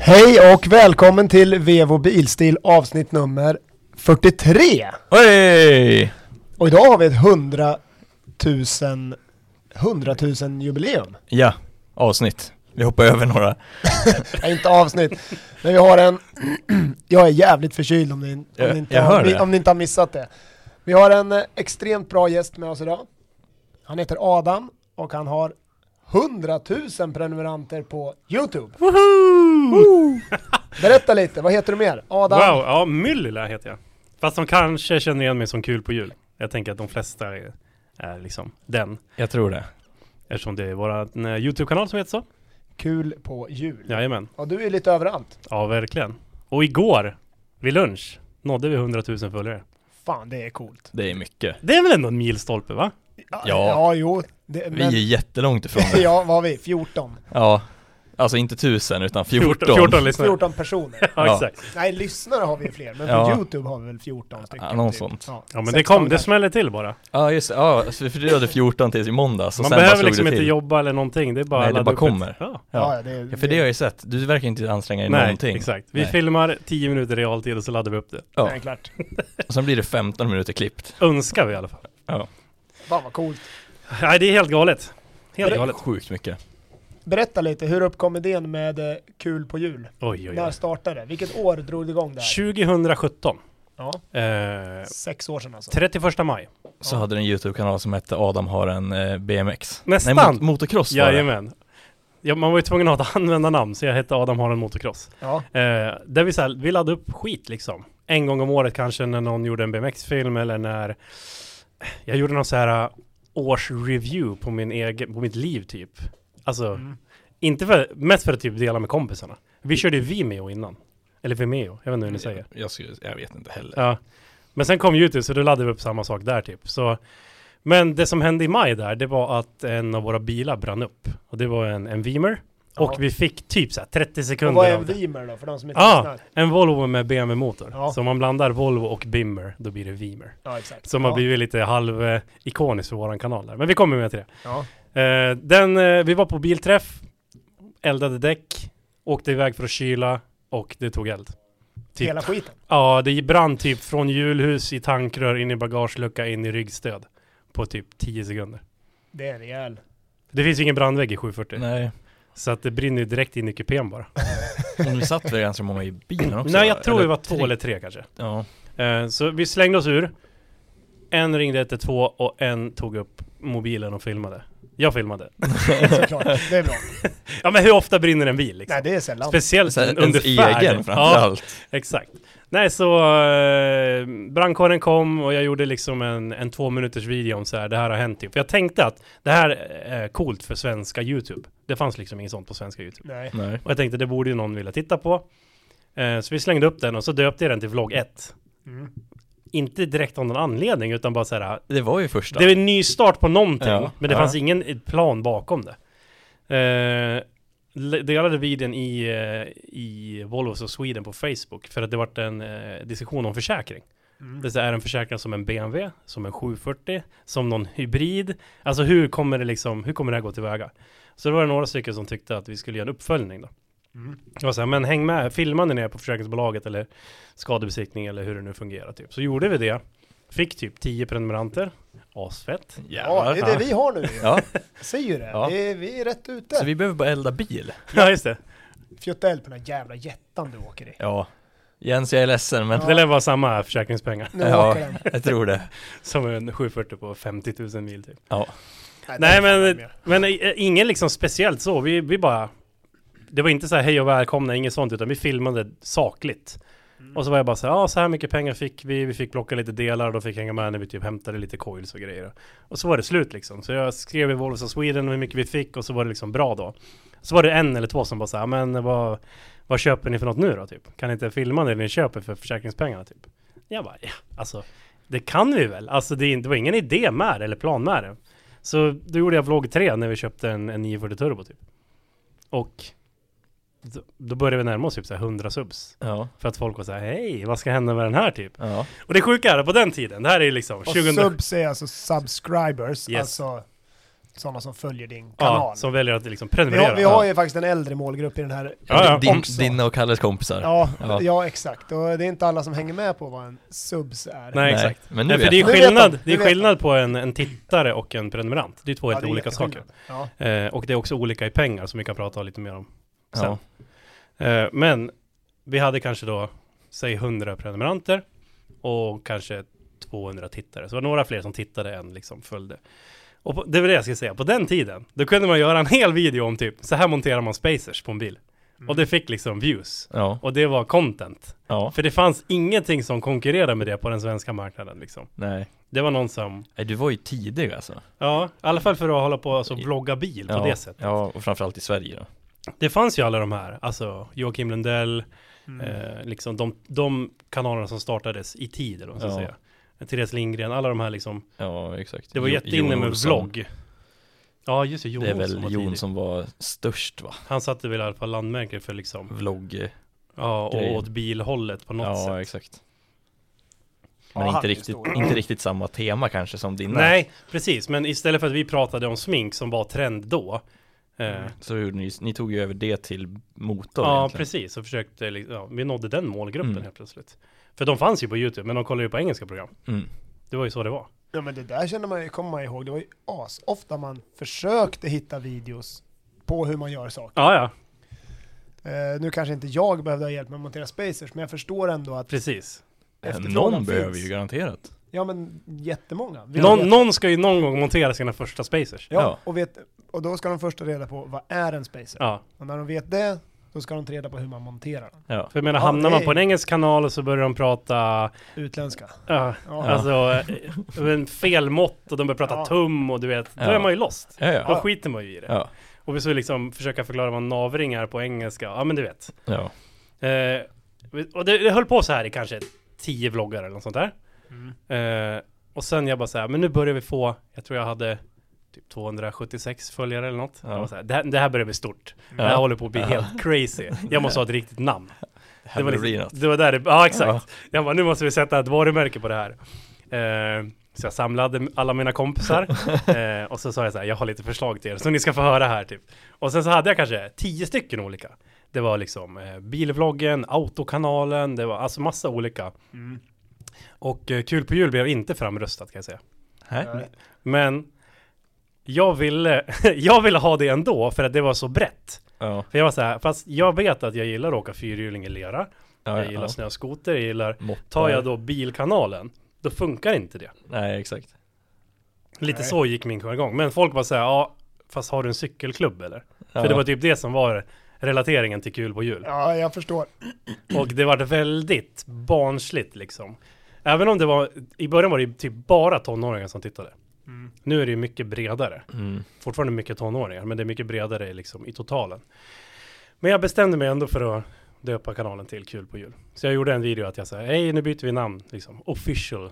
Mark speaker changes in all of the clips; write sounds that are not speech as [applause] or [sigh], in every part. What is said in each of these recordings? Speaker 1: Hej och välkommen till Vevo Bilstil avsnitt nummer 43.
Speaker 2: Oj!
Speaker 1: Och idag har vi ett 100 000, 100 000 jubileum.
Speaker 2: Ja, avsnitt. Vi hoppar över några.
Speaker 1: Nej, inte
Speaker 2: [laughs]
Speaker 1: avsnitt. Men vi har en... [clears throat] jag är jävligt förkyld om ni, om
Speaker 2: Jag-
Speaker 1: ni, inte,
Speaker 2: jag
Speaker 1: har,
Speaker 2: hör det.
Speaker 1: om ni inte har missat det. Vi har en eh, extremt bra gäst med oss idag. Han heter Adam och han har 100 000 prenumeranter på YouTube. Woo! Berätta lite, vad heter du mer? Adam?
Speaker 3: Wow, ja Myllylä heter jag. Fast de kanske känner igen mig som kul på jul. Jag tänker att de flesta är, är liksom den.
Speaker 2: Jag tror det.
Speaker 3: Eftersom det är vår eh, YouTube-kanal som heter så.
Speaker 1: Kul på jul.
Speaker 3: Jajamän.
Speaker 1: Ja, du är lite överallt.
Speaker 3: Ja, verkligen. Och igår, vid lunch, nådde vi 100 000 följare.
Speaker 1: Fan, det är coolt.
Speaker 2: Det är mycket.
Speaker 3: Det är väl ändå en milstolpe va?
Speaker 1: Ja,
Speaker 2: Ja.
Speaker 1: ja jo. Det,
Speaker 2: Vi är
Speaker 1: men,
Speaker 2: jättelångt ifrån det.
Speaker 1: [laughs] ja, vad har vi? 14?
Speaker 2: Ja. Alltså inte tusen utan 14.
Speaker 3: 14 lyssnare.
Speaker 1: 14 personer.
Speaker 3: Ja,
Speaker 2: Ja.
Speaker 3: exakt.
Speaker 1: Nej, lyssnare har vi fler, men på
Speaker 2: Ja.
Speaker 1: YouTube har vi väl 14 stycken?
Speaker 2: Ja, någon
Speaker 1: typ.
Speaker 2: sånt.
Speaker 1: Ja,
Speaker 3: Ja men det
Speaker 1: 16
Speaker 3: kom, det
Speaker 1: där.
Speaker 3: smäller till bara.
Speaker 2: Ja just det. ja, så vi fördyrade 14 tills i måndags och
Speaker 3: Man
Speaker 2: sen bara
Speaker 3: behöver
Speaker 2: slog
Speaker 3: liksom
Speaker 2: det
Speaker 3: inte
Speaker 2: till.
Speaker 3: jobba eller någonting, det är bara
Speaker 2: Nej, det
Speaker 3: ladda
Speaker 2: bara
Speaker 3: upp ett-
Speaker 2: kommer.
Speaker 3: Ja.
Speaker 1: Ja,
Speaker 2: Ja.
Speaker 1: ja, det,
Speaker 2: Ja, för det har jag ju sett. Du verkar inte anstränga dig
Speaker 3: Nej,
Speaker 2: någonting.
Speaker 3: exakt. Vi
Speaker 2: Nej.
Speaker 3: filmar 10 minuter i realtid och så laddar vi upp det.
Speaker 2: Ja.
Speaker 1: Nej, klart.
Speaker 2: Och sen blir det 15 minuter klippt.
Speaker 3: Önskar vi i alla fall.
Speaker 1: Fan vad coolt.
Speaker 3: Nej, det är helt galet. Helt
Speaker 2: Det är
Speaker 3: galet.
Speaker 2: sjukt mycket.
Speaker 1: Berätta lite, hur uppkom idén med eh, Kul på jul?
Speaker 3: Oj, oj,
Speaker 1: När
Speaker 3: oj.
Speaker 1: startade det? Vilket år drog det igång det här?
Speaker 3: 2017.
Speaker 1: Ja,
Speaker 3: Eh,
Speaker 1: sex år sedan alltså.
Speaker 3: 31 maj.
Speaker 2: Så
Speaker 1: Ja.
Speaker 2: hade du en YouTube-kanal som hette Adam har en eh, BMX.
Speaker 3: Nästan.
Speaker 2: Nej, mot- motocross var det.
Speaker 3: Jajamän. Ja, man var ju tvungen att [laughs] ha ett användarnamn, så jag hette Adam Har en motocross.
Speaker 1: Ja,
Speaker 3: Eh, där vi, så här, vi laddade upp skit liksom. En gång om året kanske när någon gjorde en BMX-film eller när jag gjorde någon så här eh, årsreview på, min egen, på mitt liv typ. Alltså,
Speaker 1: Mm.
Speaker 3: inte för, mest för att typ dela med kompisarna. Vi körde ju Vimeo innan. Eller Vimeo, jag vet inte hur ni säger.
Speaker 2: Jag, skulle, jag vet inte heller.
Speaker 3: Ja. Men sen kom YouTube så då laddade vi upp samma sak där typ. Så, men det som hände i maj där, det var att en av våra bilar brann upp. Och det var en, en Beamer. Och
Speaker 1: Ja.
Speaker 3: vi fick typ så här 30
Speaker 1: och
Speaker 3: sekunder
Speaker 1: vad är en
Speaker 3: av det.
Speaker 1: Vimer då, för de som inte
Speaker 3: Ja.
Speaker 1: lyssnar?
Speaker 3: En Volvo med BMW-motor.
Speaker 1: Ja.
Speaker 3: Så om man blandar Volvo och Bimmer, då blir det Vimer.
Speaker 1: Ja, exakt.
Speaker 3: Som
Speaker 1: ja.
Speaker 3: har blivit lite halv eh, ikonisk för våran kanal där. Men vi kommer med till det.
Speaker 1: Ja.
Speaker 3: Eh, den, eh, vi var på bilträff, eldade däck, åkte iväg för att kyla och det tog eld. Typ
Speaker 1: Hela skiten.
Speaker 3: Ja, det brann typ från hjulhus i tankrör in i bagagelucka in i ryggstöd på typ 10 sekunder.
Speaker 1: Det är rejäl.
Speaker 3: Det finns ju ingen brandvägg i 740,
Speaker 2: Nej.
Speaker 3: så att det brinner ju direkt in i kupén bara.
Speaker 2: Men vi satt väl ganska många i bilen också?
Speaker 3: Nej, jag tror
Speaker 2: Eller
Speaker 3: vi var två
Speaker 2: tre.
Speaker 3: eller tre kanske.
Speaker 2: Ja.
Speaker 3: Eh, Så vi slängde oss ur. En ringde 112 och en tog upp mobilen och filmade. Jag filmade.
Speaker 1: Såklart. Det
Speaker 3: [laughs]
Speaker 1: är bra.
Speaker 3: Ja men hur ofta brinner en bil liksom?
Speaker 1: Nej, det är sällan.
Speaker 2: [laughs]
Speaker 3: Speciellt
Speaker 2: Så här,
Speaker 3: under
Speaker 2: ens egen
Speaker 3: färden. Ja,
Speaker 2: framförallt.
Speaker 3: exakt. Nej så eh, brandkåren kom och jag gjorde liksom en, en två minuters video om så här, det här har hänt typ. För jag tänkte att det här eh, är coolt för svenska YouTube. Det fanns liksom inget sånt på svenska YouTube.
Speaker 1: Nej.
Speaker 2: Nej.
Speaker 3: Och jag tänkte det borde ju någon vilja titta på. Eh, så vi slängde upp den och så döpte jag den till vlogg 1.
Speaker 1: Mm.
Speaker 3: Inte direkt av någon anledning utan bara så här,
Speaker 2: Det var ju första.
Speaker 3: det är en ny start på någonting,
Speaker 2: Ja,
Speaker 3: men det
Speaker 2: ja.
Speaker 3: fanns ingen plan bakom det. Eh, le- delade videon i, eh, i Volvos och Sweden på Facebook för att det vart en eh, diskussion om försäkring.
Speaker 1: Mm.
Speaker 3: Det är en försäkring som en BMW, som en 740, som någon hybrid. Alltså hur kommer det liksom, hur kommer det här gå tillväga? Så det var det några stycken som tyckte att vi skulle göra en uppföljning då.
Speaker 1: Mm.
Speaker 3: Det var så här, men häng med, filma när ni är på försäkringsbolaget eller skadebesiktning eller hur det nu fungerar typ. Så gjorde vi det, fick typ 10 prenumeranter, asfett.
Speaker 1: Ja, det är det vi har nu ju.
Speaker 2: Ja,
Speaker 1: Jag Säger ju det.
Speaker 2: Ja.
Speaker 1: Vi, är, vi är rätt
Speaker 2: så
Speaker 1: ute.
Speaker 2: vi behöver bara elda bil.
Speaker 3: Ja just det.
Speaker 1: Fjutta eld på den här jävla jättan du åker i.
Speaker 2: Ja. Jens, jag är ledsen men
Speaker 3: Det lär vara samma försäkringspengar
Speaker 1: Nu
Speaker 2: Ja.
Speaker 1: åker den.
Speaker 2: jag tror det.
Speaker 3: som en 740 på 50 000 mil typ.
Speaker 2: Ja.
Speaker 3: Nej men,
Speaker 1: mer.
Speaker 3: men eh, ingen liksom speciellt så, vi, vi bara Det var inte så här hej och välkomna, inget sånt utan vi filmade sakligt. Och så var jag bara så här, ja så här mycket pengar fick vi, vi fick plocka lite delar, de fick hänga med när vi typ hämtade lite coils och grejer. Och så var det slut liksom. Så jag skrev i Volvo of Sweden hur mycket vi fick och så var det liksom bra då. Så var det en eller två som bara så här, men vad, vad köper ni för något nu då typ? Kan ni inte filma det ni köper för försäkringspengarna typ? Jag bara, ja alltså det kan vi väl? Alltså det, är inte- det var ingen idé med det, eller plan med det. Så då gjorde jag vlogg 3 när vi köpte en, en 940 turbo typ. Och då, då började vi närma oss typ så här 100 subs.
Speaker 2: Ja.
Speaker 3: För att folk var så här, hej, vad ska hända med den här typ?
Speaker 2: Ja.
Speaker 3: Och det sjuka är att på den tiden, det här är ju liksom
Speaker 1: Och
Speaker 3: 2000...
Speaker 1: subs är alltså subscribers,
Speaker 3: Yes.
Speaker 1: alltså sådana som följer din kanal.
Speaker 3: Ja, som väljer att liksom
Speaker 1: vi,
Speaker 3: prenumerera.
Speaker 1: har, vi har ju faktiskt en äldre målgrupp i den här.
Speaker 3: Ja, ja.
Speaker 2: Din,
Speaker 1: Också.
Speaker 2: dina och Kalles kompisar.
Speaker 1: Ja, ja.
Speaker 2: Ja.
Speaker 1: exakt. Och det är inte alla som hänger med på vad en subs är.
Speaker 3: Nej, exakt.
Speaker 2: Men nu
Speaker 3: Nej,
Speaker 2: vet
Speaker 3: för det är
Speaker 1: Nu vet de,
Speaker 3: skillnad, det
Speaker 1: nu
Speaker 3: är
Speaker 1: vet de.
Speaker 3: skillnad på en, en tittare och en prenumerant. Det är två
Speaker 1: Ja,
Speaker 3: helt
Speaker 1: det är
Speaker 3: olika saker.
Speaker 1: jätteskillnad. Ja.
Speaker 3: Eh, och det är också olika i pengar som vi kan prata lite mer om.
Speaker 2: jag.
Speaker 3: sen. Eh, men vi hade kanske då, säg 100 prenumeranter och kanske 200 tittare. Så det var några fler som tittade än liksom följde. Och på, det var det jag skulle säga, på den tiden, då kunde man göra en hel video om typ, så här monterar man spacers på en bil. Och det fick liksom views.
Speaker 2: Ja, ja,
Speaker 3: Och det var content.
Speaker 2: ja,
Speaker 3: För det fanns ingenting som konkurrerade med det på den svenska marknaden liksom.
Speaker 2: nej.
Speaker 3: Det var någon som,
Speaker 2: Nej, Du var ju tidig alltså.
Speaker 3: ja, i alla fall för att hålla på och alltså, vlogga bil på
Speaker 2: ja,
Speaker 3: det sättet.
Speaker 2: Ja, och framförallt i Sverige då.
Speaker 3: Det fanns ju alla de här, alltså Joakim Lundell,
Speaker 1: Mm.
Speaker 3: eh, liksom de, de kanalerna som startades i tid, eller vad man ska
Speaker 2: Ja.
Speaker 3: säga. Therese Lindgren, alla de här liksom.
Speaker 2: Ja, exakt.
Speaker 3: Det var
Speaker 2: Jo-
Speaker 3: jätteinne
Speaker 2: Jon
Speaker 3: med
Speaker 2: Olsson.
Speaker 3: vlogg. Ja, just det, Jon
Speaker 2: Det är
Speaker 3: Olsson var
Speaker 2: väl Jon
Speaker 3: tidig.
Speaker 2: som var störst va?
Speaker 3: Han satte väl i alla fall landmärken för liksom,
Speaker 2: Vlogg.
Speaker 3: ja, och
Speaker 2: Grejen.
Speaker 3: åt bilhållet på något
Speaker 2: ja,
Speaker 3: sätt.
Speaker 2: exakt.
Speaker 1: Ja,
Speaker 2: Men
Speaker 1: han
Speaker 2: inte,
Speaker 1: är
Speaker 2: riktigt,
Speaker 1: stor.
Speaker 2: inte riktigt samma tema kanske som dina.
Speaker 3: Nej, precis, men istället för att vi pratade om smink som var trend då, eh,
Speaker 2: Så gjorde ni, ni tog ju över det till motor
Speaker 3: Ja,
Speaker 2: Mm. egentligen.
Speaker 3: precis. Och försökte, liksom- ja, vi nådde den målgruppen
Speaker 2: Mm.
Speaker 3: helt plötsligt. För de fanns ju på YouTube, men de kollade ju på engelska program.
Speaker 2: Mm.
Speaker 3: Det var ju så det var.
Speaker 1: Ja men det där känner man ju, kommer man ihåg, det var ju as ofta man försökte hitta videos på hur man gör saker.
Speaker 3: Ja, ja,
Speaker 1: Eh, nu kanske inte jag behövde ha hjälp med att montera spacers, men jag förstår ändå att
Speaker 3: precis.
Speaker 2: Eh,
Speaker 1: efterfrågan
Speaker 2: Någon behöver
Speaker 1: finns.
Speaker 2: ju garanterat.
Speaker 1: Ja men jättemånga. Vi vet-
Speaker 3: Någon, någon ska ju någon gång montera sina första spacers.
Speaker 1: ja,
Speaker 2: ja.
Speaker 1: Och, vet, och då ska de först ta reda på vad är en spacer?
Speaker 3: Ja,
Speaker 1: Och när de vet det, då ska de ta reda på hur man monterar den.
Speaker 2: Ja.
Speaker 3: för jag menar,
Speaker 1: Ja,
Speaker 3: hamnar
Speaker 1: det
Speaker 3: man
Speaker 1: är-
Speaker 3: på en engelsk kanal och så börjar de prata,
Speaker 1: Utländska.
Speaker 3: ja,
Speaker 1: Ja.
Speaker 3: alltså, eh, men fel mått och de börjar prata
Speaker 1: Ja.
Speaker 3: tum och du vet, då
Speaker 2: Ja.
Speaker 3: är man ju lost.
Speaker 2: Ja,
Speaker 3: Då
Speaker 2: ja.
Speaker 3: skiter man ju i det.
Speaker 2: ja.
Speaker 3: Och vi så liksom försöka förklara vad navring är på engelska, ja men du vet.
Speaker 2: ja.
Speaker 3: Eh, och det, det höll på så här i kanske tio vloggar eller något sånt där.
Speaker 1: Mm.
Speaker 3: Eh, och sen jag bara så här, men nu börjar vi få, jag tror jag hade typ 276 följare eller något.
Speaker 2: Ja.
Speaker 3: Jag var så här, det, här, det här börjar bli stort. Det här
Speaker 2: Ja.
Speaker 3: håller på att bli helt crazy. Jag måste ha ett riktigt namn.
Speaker 2: Det
Speaker 3: Det
Speaker 2: här
Speaker 3: var,
Speaker 2: blir
Speaker 3: liksom,
Speaker 2: något.
Speaker 3: det var där det, ja exakt.
Speaker 2: Ja.
Speaker 3: Jag bara, nu måste vi sätta ett varumärke på det här. Eh, så jag samlade alla
Speaker 2: [laughs]
Speaker 3: mina kompisar eh, och så sa jag så här, jag har lite förslag till er som ni ska få höra här typ. Och sen så hade jag kanske tio stycken olika. Det var liksom eh, bilvloggen, autokanalen, det var alltså massa olika.
Speaker 1: Mm.
Speaker 3: Och eh, Kul på jul blev inte framröstat kan jag säga.
Speaker 2: Här?
Speaker 1: Nej.
Speaker 3: Men jag ville, [laughs] jag ville ha det ändå för att det var så brett.
Speaker 2: Ja.
Speaker 3: För jag var så här, fast jag vet att jag gillar att åka fyrhjuling i lera.
Speaker 2: Ja,
Speaker 3: Jag gillar
Speaker 2: ja.
Speaker 3: snöskoter, jag gillar
Speaker 2: Moppar.
Speaker 3: Tar jag då bilkanalen, då funkar inte det.
Speaker 2: Nej, exakt.
Speaker 3: Lite
Speaker 1: Nej.
Speaker 3: så gick min jargong. Men folk bara säger, ja, fast har du en cykelklubb eller?
Speaker 2: Ja.
Speaker 3: För det var typ det som var relateringen till kul på jul.
Speaker 1: Ja, jag förstår.
Speaker 3: Och det var väldigt barnsligt liksom. Även om det var, i början var det ju typ bara tonåringar som tittade.
Speaker 1: Mm.
Speaker 3: Nu är det ju mycket bredare.
Speaker 2: Mm.
Speaker 3: Fortfarande mycket tonåringar, men det är mycket bredare liksom i totalen. Men jag bestämde mig ändå för att döpa kanalen till Kul på jul. Så jag gjorde en video att jag sa, hej nu byter vi namn, liksom official.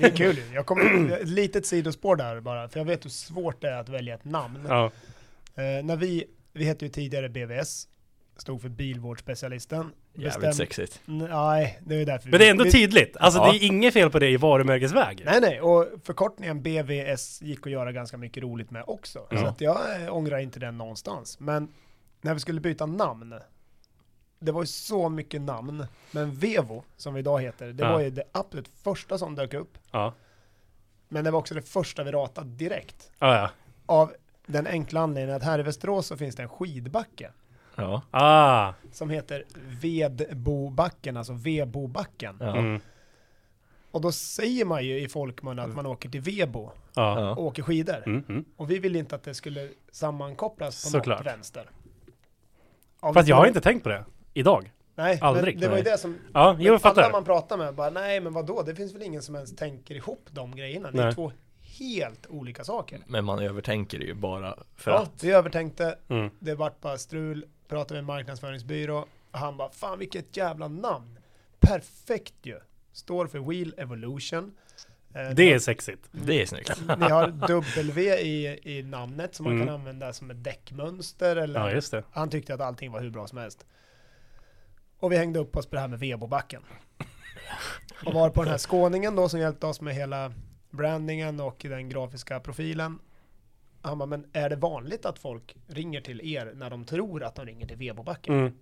Speaker 1: Det är kul ju. Jag kommer, [clears throat] ett litet sidospår där bara, för jag vet hur svårt det är att välja ett namn.
Speaker 3: Ja,
Speaker 1: Eh, när vi, vi hette ju tidigare BVS, stod för bilvårdsspecialisten.
Speaker 2: Jävligt
Speaker 1: Bestäm-
Speaker 2: sexigt.
Speaker 1: Nej, det är ju därför.
Speaker 3: Men det är ändå tydligt. Alltså
Speaker 2: Mm. Ja.
Speaker 3: det är inget fel på det i varumärkesväg.
Speaker 1: Nej, nej, och förkortningen BVS gick att göra ganska mycket roligt med också. Så
Speaker 3: Ja.
Speaker 1: att jag eh, ångrar inte den någonstans. Men när vi skulle byta namn, det var ju så mycket namn, men Vevo, som vi idag heter, det
Speaker 3: Ja.
Speaker 1: var ju det absolut första som dök upp.
Speaker 3: Ja.
Speaker 1: Men det var också det första vi ratade direkt.
Speaker 3: Ja, ja.
Speaker 1: Av den enkla anledningen att här i Västerås så finns det en skidbacke
Speaker 2: Ja.
Speaker 3: Ah.
Speaker 1: som heter Vedbobacken, alltså Vebobacken.
Speaker 2: Ja.
Speaker 3: Mm.
Speaker 1: Och då säger man ju i folkmun att man åker till Vebo
Speaker 3: Ja.
Speaker 1: och
Speaker 2: Ja.
Speaker 1: åker skidor.
Speaker 3: Mm, mm.
Speaker 1: Och vi ville inte att det skulle sammankopplas på
Speaker 3: Såklart.
Speaker 1: något vänster. Av
Speaker 3: Fast jag har
Speaker 1: någon-
Speaker 3: inte tänkt på det. Idag.
Speaker 1: Nej,
Speaker 3: aldrig,
Speaker 1: men det var ju
Speaker 2: nej.
Speaker 1: det som...
Speaker 3: Ja, jo, jag
Speaker 1: alla
Speaker 3: fattar.
Speaker 1: man pratar med bara, nej men vadå, det finns väl ingen som ens tänker ihop de grejerna. Det är
Speaker 3: Nej.
Speaker 1: två helt olika saker.
Speaker 2: Men man övertänker det ju bara för
Speaker 1: ja,
Speaker 2: att.
Speaker 1: vi övertänkte,
Speaker 3: Mm.
Speaker 1: det vart bara strul, pratade med en marknadsföringsbyrå, och han bara, fan vilket jävla namn. Perfekt ju. Står för Wheel Evolution. Eh,
Speaker 3: Det är sexigt.
Speaker 2: Det är snyggt.
Speaker 1: Ni har W i, i namnet som man
Speaker 3: Mm.
Speaker 1: kan använda som ett däckmönster eller
Speaker 3: Ja, just det.
Speaker 1: Han tyckte att allting var hur bra som helst. Och vi hängde upp oss på det här med Vebobacken. Och var på den här skåningen då som hjälpte oss med hela brandingen och den grafiska profilen. han bara, men är det vanligt att folk ringer till er när de tror att de ringer till Vebobacken?
Speaker 3: Mm.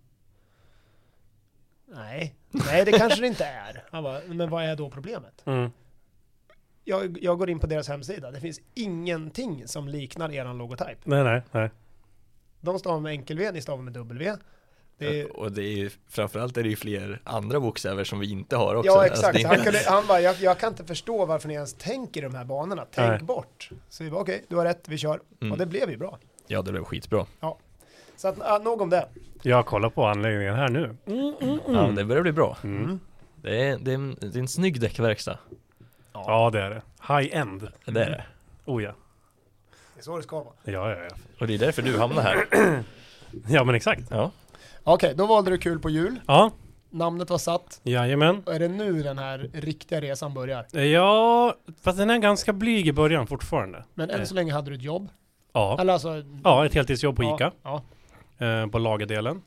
Speaker 1: Nej, nej det kanske det inte är. Han bara, men vad är då problemet?
Speaker 3: Mm.
Speaker 1: Jag, jag går in på deras hemsida, det finns ingenting som liknar eran logotyp.
Speaker 3: Nej, nej, nej.
Speaker 1: De stavar med enkel V, ni stavar med W. Det är,
Speaker 2: Och det är ju, framförallt är det ju fler andra bokstäver som vi inte har också.
Speaker 1: ja
Speaker 2: Alltså,
Speaker 1: exakt,
Speaker 2: det är
Speaker 1: han,
Speaker 2: inte-
Speaker 1: kunde, han bara, jag, jag kan inte förstå varför ni ens tänker i de här banorna, tänk
Speaker 3: Nej.
Speaker 1: bort. Så vi bara, okej, du har rätt, vi kör.
Speaker 2: Mm.
Speaker 1: Och det blev ju bra.
Speaker 2: Ja, det blev skitbra.
Speaker 1: Så att, ah, nog om det.
Speaker 3: Jag kollar på anläggningen här nu.
Speaker 2: Ja, det börjar bli bra.
Speaker 3: Mm.
Speaker 2: Det är, det, är en, det är en snygg däckverkstad.
Speaker 3: Ja, det är det. High-end.
Speaker 2: Det är det.
Speaker 3: Oh ja.
Speaker 1: Det är så det ska vara.
Speaker 3: Ja, ja, ja.
Speaker 2: Och det är därför du hamnar
Speaker 3: [clears throat]
Speaker 2: här.
Speaker 3: Ja, men exakt.
Speaker 2: Ja.
Speaker 1: Okej, då valde du kul på jul.
Speaker 3: Ja,
Speaker 1: Namnet var satt.
Speaker 3: jajamän.
Speaker 1: Och Är det nu den här riktiga resan börjar?
Speaker 3: Ja, fast den är ganska blyg i början fortfarande.
Speaker 1: Men än så länge hade du ett jobb.
Speaker 3: Ja,
Speaker 1: Eller alltså...
Speaker 3: ja ett heltidsjobb på
Speaker 1: ja,
Speaker 3: ICA,
Speaker 1: Ja.
Speaker 3: eh, på lagerdelen.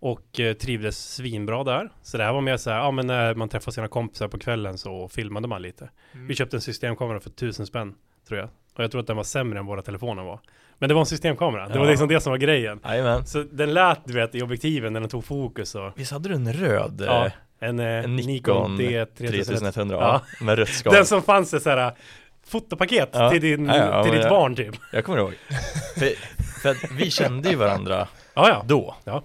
Speaker 3: Och eh, trivdes svinbra där. Så det här var mer så här, ja men när man träffar sina kompisar på kvällen så filmade man lite. Vi köpte en systemkamera för tusen spänn, tror jag. Och jag tror att den var sämre än våra telefoner var. Men det var en systemkamera, det var
Speaker 2: Ja.
Speaker 3: liksom det som var grejen.
Speaker 2: Jajamän.
Speaker 3: Så den lät, du vet, i objektiven när den tog fokus och...
Speaker 2: Visst hade du en röd?
Speaker 3: Ja,
Speaker 2: eh,
Speaker 3: en, eh,
Speaker 2: En
Speaker 3: Nikon
Speaker 2: Nikon
Speaker 3: D3100.
Speaker 2: 3100
Speaker 3: Ja.
Speaker 2: ja. med rött skal.
Speaker 3: Den som fanns i såhär eh, fotopaket
Speaker 2: Ja.
Speaker 3: till, din,
Speaker 2: Ja, ja,
Speaker 3: till
Speaker 2: men
Speaker 3: ditt
Speaker 2: jag-
Speaker 3: barn typ.
Speaker 2: Jag kommer ihåg. För, för att vi kände ju varandra
Speaker 3: Ja, ja.
Speaker 2: då.
Speaker 3: Ja.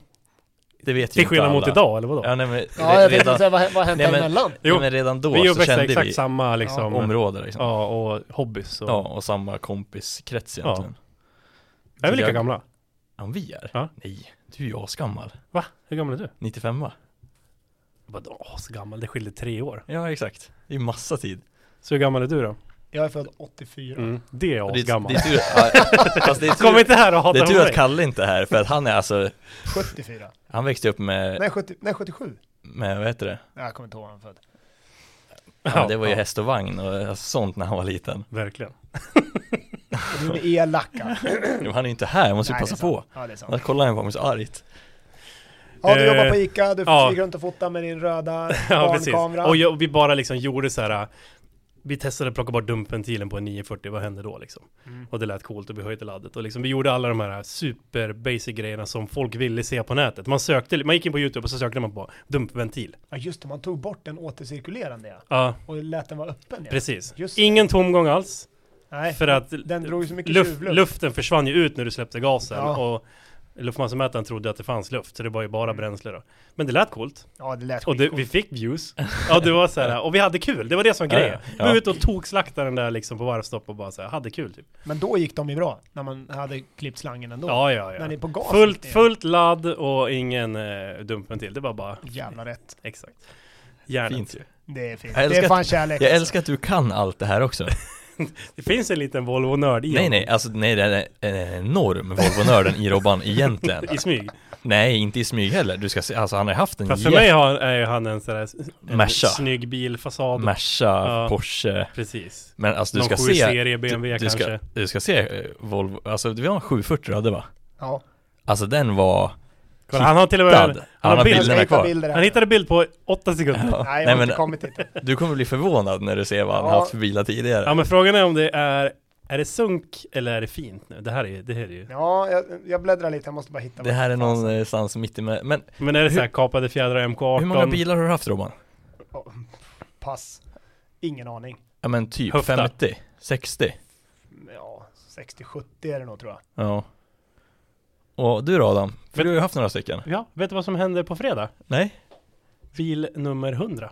Speaker 2: Det vet ju
Speaker 3: Till
Speaker 2: inte
Speaker 3: skillnad
Speaker 2: alla.
Speaker 3: mot idag, eller vadå?
Speaker 2: Ja, nej, men,
Speaker 1: Ja, jag tänkte
Speaker 2: redan,
Speaker 1: säga, vad, vad hände
Speaker 2: Nej, men-
Speaker 1: emellan?
Speaker 2: nej, men redan då
Speaker 3: vi
Speaker 2: så
Speaker 3: uppväxte
Speaker 2: kände
Speaker 3: exakt
Speaker 2: vi
Speaker 3: samma liksom, ja,
Speaker 2: område liksom. Ja.
Speaker 3: och hobbys. Och,
Speaker 2: och samma kompiskrets egentligen.
Speaker 3: Är vi lika
Speaker 2: jag-
Speaker 3: gamla?
Speaker 2: Ja, men vi är.
Speaker 3: Ja.
Speaker 2: Nej, du är ju asgammal.
Speaker 3: Va? Hur gammal är du?
Speaker 2: 95 va?
Speaker 3: Vadå så gammal? Det skiljer tre år.
Speaker 2: Ja, exakt. Det är ju massa tid.
Speaker 3: Så hur gammal är du då?
Speaker 1: Jag är född 84.
Speaker 3: Mm. Det är
Speaker 2: det,
Speaker 3: jag
Speaker 2: är-
Speaker 3: gammal.
Speaker 2: det
Speaker 3: [laughs]
Speaker 2: är tur, ja, fast det är
Speaker 3: Kom
Speaker 2: tur,
Speaker 3: inte här och
Speaker 2: det
Speaker 3: hata
Speaker 2: är
Speaker 3: på
Speaker 2: tur att
Speaker 3: mig.
Speaker 2: Kalle inte är här för att han är alltså,
Speaker 1: 74.
Speaker 2: han växte upp med,
Speaker 1: Nej, 70, nej, 77.
Speaker 2: med vad heter det?
Speaker 1: Nej, jag kommer inte ihåg när han född.
Speaker 2: Ja, men det var ju häst och vagn och alltså, sånt när han var liten.
Speaker 3: Verkligen.
Speaker 1: Du är elaka.
Speaker 2: Men han är ju inte här, jag måste ju
Speaker 1: Nej, det är
Speaker 2: passa
Speaker 1: sant.
Speaker 2: på.
Speaker 1: Ja, det är sant.
Speaker 2: Annars kollar han på mig så argt.
Speaker 1: Ja, du
Speaker 3: Eh,
Speaker 1: jobbar på ICA, du
Speaker 3: ja.
Speaker 1: gick runt och fotade med din röda
Speaker 3: [laughs] Ja, precis.
Speaker 1: barnkamera.
Speaker 3: Och jag, vi bara liksom gjorde så här. Vi testade att plocka bort dumpventilen på en 940, vad hände då liksom?
Speaker 1: Mm.
Speaker 3: Och det lät coolt och vi höjde laddet och liksom vi gjorde alla de här super basic grejerna som folk ville se på nätet. Man sökte, man gick in på YouTube och så sökte man på dumpventil.
Speaker 1: Ja, just det, man tog bort den återcirkulerande ja.
Speaker 3: Ja,
Speaker 1: Och lät den vara öppen ja.
Speaker 3: precis.
Speaker 1: Just det.
Speaker 3: Ingen tomgång alls,
Speaker 1: Nej,
Speaker 3: för att
Speaker 1: den drog ju så mycket
Speaker 3: luft,
Speaker 1: tjuvluft.
Speaker 3: luften försvann ju ut när du släppte gasen
Speaker 1: Ja.
Speaker 3: och luftmassemätaren trodde att det fanns luft, så det var ju bara
Speaker 2: Mm.
Speaker 3: bränsle då. Men det lät coolt.
Speaker 1: Ja, det lät
Speaker 3: Och det,
Speaker 1: skitcoolt.
Speaker 3: vi
Speaker 2: [laughs]
Speaker 3: fick views. Ja, det var så här, och vi hade kul, det var det som var
Speaker 2: Ja,
Speaker 3: grejen.
Speaker 2: ja.
Speaker 3: Vi var
Speaker 2: Ja.
Speaker 3: ute och tokslaktade den där liksom på varvstopp och bara så här, hade kul typ.
Speaker 1: Men då gick de ju bra, när man hade klippt slangen ändå.
Speaker 3: Ja, ja,
Speaker 1: När ni
Speaker 3: ja.
Speaker 1: är på gas.
Speaker 3: Fullt,
Speaker 1: Ja,
Speaker 3: fullt ladd och ingen eh, dumpventil, det var bara
Speaker 1: Jävla rätt.
Speaker 3: Exakt. Hjärnan.
Speaker 2: Fint ju.
Speaker 1: Det är fint.
Speaker 2: Jag
Speaker 1: Det är
Speaker 2: älskar
Speaker 1: fan kärlek.
Speaker 2: Jag
Speaker 1: alltså.
Speaker 2: älskar att du kan allt det här också.
Speaker 3: Det finns en liten Volvo-nörd i
Speaker 2: Nej
Speaker 3: honom.
Speaker 2: nej, alltså nej det är en enorm Volvo-nörden i Robban egentligen.
Speaker 3: I smyg.
Speaker 2: Nej, inte i smyg heller. Du ska se, alltså han har ju haft en
Speaker 3: Fast för mig har, är ju han en sån där en
Speaker 2: Merca.
Speaker 3: snygg bilfasad.
Speaker 2: Merca,
Speaker 3: Ja.
Speaker 2: Porsche.
Speaker 3: Precis.
Speaker 2: Men alltså du
Speaker 3: Någon
Speaker 2: ska
Speaker 3: 7
Speaker 2: se,
Speaker 3: serie BMW
Speaker 2: du, du, ska,
Speaker 3: kanske.
Speaker 2: du ska se eh, Volvo, alltså det var en 740 du hade va?
Speaker 1: Ja.
Speaker 2: Alltså den var
Speaker 3: Kolla, han har till och med...
Speaker 2: hittad.
Speaker 3: Han, har
Speaker 1: Jag ska
Speaker 3: bilder.
Speaker 2: bilderna
Speaker 1: hitta
Speaker 2: kvar.
Speaker 1: bilder här.
Speaker 3: Han hittade bild på åtta sekunder. Ja.
Speaker 2: Ja.
Speaker 1: Nej, jag
Speaker 2: Nej,
Speaker 1: har
Speaker 2: men
Speaker 1: inte kommit dit.
Speaker 2: du kommer bli förvånad när du ser vad han
Speaker 1: Ja.
Speaker 2: har haft för bilar tidigare.
Speaker 3: men frågan är om det är... Är det sunk eller är det fint nu? Det här är, det här är ju...
Speaker 1: Ja, jag, jag bläddrar lite, jag måste bara hitta.
Speaker 2: det
Speaker 1: vad
Speaker 2: här är
Speaker 1: fan
Speaker 2: någon
Speaker 1: som-
Speaker 2: eh, stans mitt emellan. Men
Speaker 3: Men är det så här kapade fjädrar MK18?
Speaker 2: hur många bilar har du haft Robban?
Speaker 1: Oh, Pass. Ingen aning.
Speaker 2: Ja men typ
Speaker 3: Höfta.
Speaker 2: 50, 60.
Speaker 1: Ja, 60-70 är det nog tror jag.
Speaker 2: Ja. Och du då Adam? För du har ju haft några stycken.
Speaker 3: Ja, vet du vad som händer på fredag?
Speaker 2: Nej?
Speaker 3: Bil nummer 100.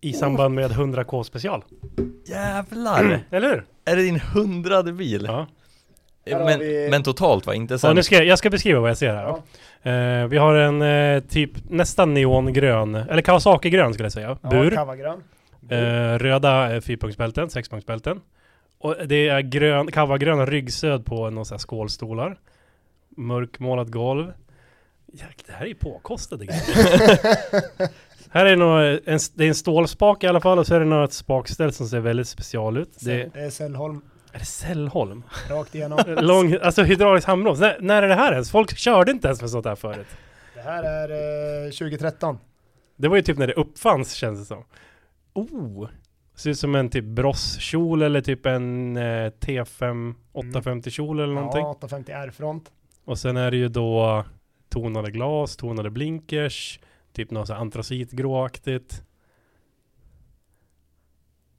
Speaker 3: I samband med 100K special.
Speaker 2: Jävlar!
Speaker 3: [clears throat] Eller hur?
Speaker 2: Är det din hundrade bil? Eh,
Speaker 3: Ja.
Speaker 1: Här har
Speaker 2: Men,
Speaker 1: vi-
Speaker 2: men totalt va? Inte
Speaker 3: Ja,
Speaker 2: sen?
Speaker 3: nu ska jag, jag ska beskriva vad jag ser här. då. Eh, vi har en eh, typ nästan neongrön, eller Kawasaki-grön skulle jag säga,
Speaker 1: Ja,
Speaker 3: bur.
Speaker 1: Kavagrön.
Speaker 3: Eh, röda eh, fyrpunktsbälten, sexpunktsbälten. Och det är grön, Kawagröna ryggstöd på några så här skålstolar. Mörkmålat golv. Jäklar, det här är ju påkostade grejer.
Speaker 1: [laughs]
Speaker 3: här är nog eh, en, det är en stålspak i alla fall och så är det något spakställ som ser väldigt special ut. Det,
Speaker 1: Det är Sällholm,
Speaker 3: är det Sällholm?
Speaker 1: rakt igenom.
Speaker 3: [laughs] Lång, alltså hydraulisk handbroms. När, när är det här ens? Folk körde inte ens med sånt här förut.
Speaker 1: Det här är eh, 2013.
Speaker 3: Det var ju typ när det uppfanns känns det som. Oh! Ser ut som en typ brosskjol eller typ en eh, T5 850 kjol eller någonting.
Speaker 1: Ja, 850 R-front.
Speaker 3: Och sen är det ju då tonade glas, tonade blinkers, typ något så här antracitgråaktigt.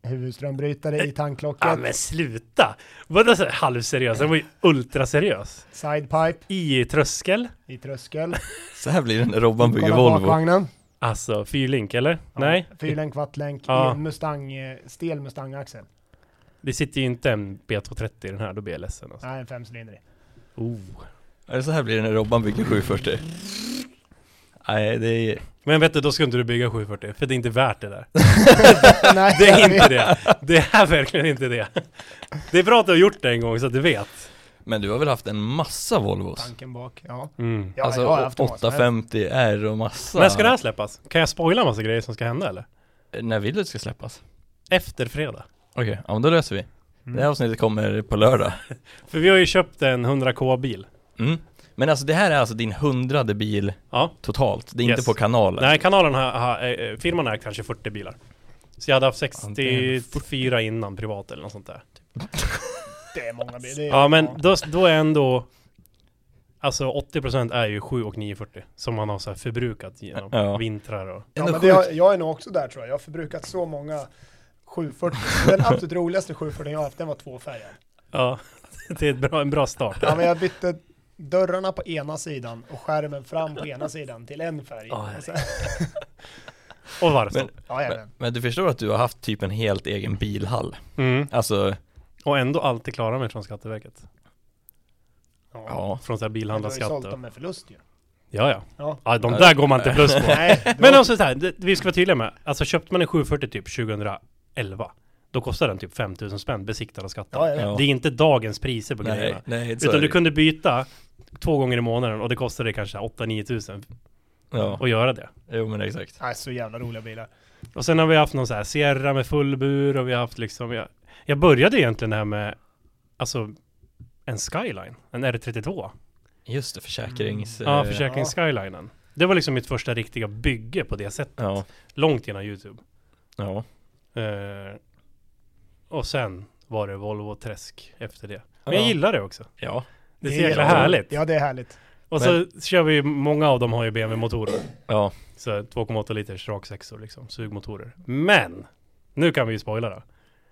Speaker 1: Huvudströmbrytare i
Speaker 3: Ja ah,
Speaker 1: tanklocket.
Speaker 3: men sluta! Vadå så här halvseriös? Den var ju ultraseriös.
Speaker 1: Sidepipe
Speaker 3: I tröskel?
Speaker 1: i tröskel.
Speaker 2: Så här blir det när Robban bygger
Speaker 1: Kolla
Speaker 2: Volvo.
Speaker 1: bakvagnen.
Speaker 3: Alltså fyrlink eller?
Speaker 1: Ja,
Speaker 3: Nej?
Speaker 1: Fyrlänk, vattlänk,
Speaker 3: Ja.
Speaker 1: i en Mustang, eh, stel Mustang-axel.
Speaker 3: Det sitter ju inte en B230 i den här, då blir jag ledsen alltså.
Speaker 1: Nej, en femcylindrig.
Speaker 3: Oh.
Speaker 2: Är det så här blir det när Robban bygger 740? Nej, det är...
Speaker 3: Men vet du, då ska inte du bygga 740, för det är inte värt det där.
Speaker 1: Nej,
Speaker 3: [laughs] Det är inte det. Det är verkligen inte det. Det är bra att du har gjort det en gång så att du vet.
Speaker 2: Men du har väl haft en massa Volvos?
Speaker 1: Tanken bak, ja.
Speaker 3: Mm.
Speaker 1: ja
Speaker 2: alltså
Speaker 1: jag har haft en massa.
Speaker 2: 850 R och massa.
Speaker 3: När ska det här släppas? Kan jag spoila en massa grejer som ska hända eller?
Speaker 2: När vill du att det ska släppas?
Speaker 3: Efter fredag.
Speaker 2: Okej, ja men då löser vi. Det
Speaker 3: Mm.
Speaker 2: här avsnittet kommer på lördag.
Speaker 3: För vi har ju köpt en 100k-bil.
Speaker 2: Mm. Men alltså det här är alltså din hundrade bil
Speaker 3: Ja.
Speaker 2: totalt. Det är
Speaker 3: Yes.
Speaker 2: inte på kanalen.
Speaker 3: Nej, kanalen har, har eh, eh, firman har ägt kanske 40 bilar. Så jag hade haft
Speaker 2: Ja, det är
Speaker 3: 64 innan privat eller något sånt där.
Speaker 1: Det är många bilar. Det är-
Speaker 3: Ja men då, då är ändå Alltså 80% är ju 7 och 940 som man har så här förbrukat genom
Speaker 2: Ja.
Speaker 3: vintrar och
Speaker 1: Ja,
Speaker 2: Ändå
Speaker 1: men det,
Speaker 2: sjukt.
Speaker 1: har- jag är nog också där tror jag. Jag har förbrukat så många 740.
Speaker 3: [laughs]
Speaker 1: Den absolut roligaste 740 jag haft, den var tvåfärgad.
Speaker 3: Ja, [laughs] det är ett bra, en bra start.
Speaker 1: Ja, men jag bytte dörrarna på ena sidan och skärmen fram på ena sidan till en färg.
Speaker 3: Ja,
Speaker 1: Och sen-
Speaker 3: Och varvstopp.
Speaker 1: ja,
Speaker 2: Men,
Speaker 1: jajamän.
Speaker 2: men du förstår att du har haft typ en helt egen bilhall?
Speaker 3: Mm.
Speaker 2: Alltså,
Speaker 3: Och ändå alltid klara mig från Skatteverket.
Speaker 1: ja.
Speaker 2: ja.
Speaker 3: Från så här
Speaker 1: Du har ju
Speaker 3: bilhandlarskatt
Speaker 1: sålt
Speaker 3: och...
Speaker 1: dem med förlust ju.
Speaker 3: Ja, ja.
Speaker 1: Ja.
Speaker 3: Ja, de där går man inte
Speaker 2: [laughs]
Speaker 3: plus på. [laughs]
Speaker 1: Nej, det
Speaker 3: Men
Speaker 1: var-
Speaker 3: alltså så här, det, vi ska vara tydliga med. Alltså köpte man en 740 typ 2011, då kostar den typ 5000 spänn besiktad och skattad.
Speaker 1: ja, ja, ja.
Speaker 2: Ja.
Speaker 3: Det är inte dagens priser på
Speaker 2: Nej,
Speaker 3: grejerna.
Speaker 2: nej, så är
Speaker 3: Utan
Speaker 2: det
Speaker 3: du
Speaker 2: ju.
Speaker 3: kunde byta två gånger i månaden och det kostade kanske 8-9 tusen
Speaker 2: Ja,
Speaker 3: att göra det.
Speaker 2: jo men exakt.
Speaker 1: Nej, så jävla roliga bilar.
Speaker 3: Och sen har vi haft någon så här Sierra med fullbur och vi har haft liksom, jag, jag började egentligen det här med, alltså en Skyline, en R32.
Speaker 2: Just det, försäkrings...
Speaker 3: Mm. Ja,
Speaker 2: eh,
Speaker 3: försäkrings-skylinen. Det var liksom mitt första riktiga bygge på det sättet,
Speaker 2: Ja,
Speaker 3: långt innan YouTube.
Speaker 2: ja.
Speaker 3: Eh, och sen var det Volvo Träsk efter det. Men jag
Speaker 2: Ja.
Speaker 3: gillar det också.
Speaker 2: Ja,
Speaker 3: Det
Speaker 1: Det
Speaker 3: är
Speaker 1: är
Speaker 3: så jäkla
Speaker 1: jättebra.
Speaker 3: härligt.
Speaker 1: Ja, det är härligt.
Speaker 3: Och så kör vi, många av dem har ju BMW-motorer.
Speaker 2: ja.
Speaker 3: Så 2,8 liters raksexor liksom, sugmotorer. Men! Nu kan vi ju spoila då.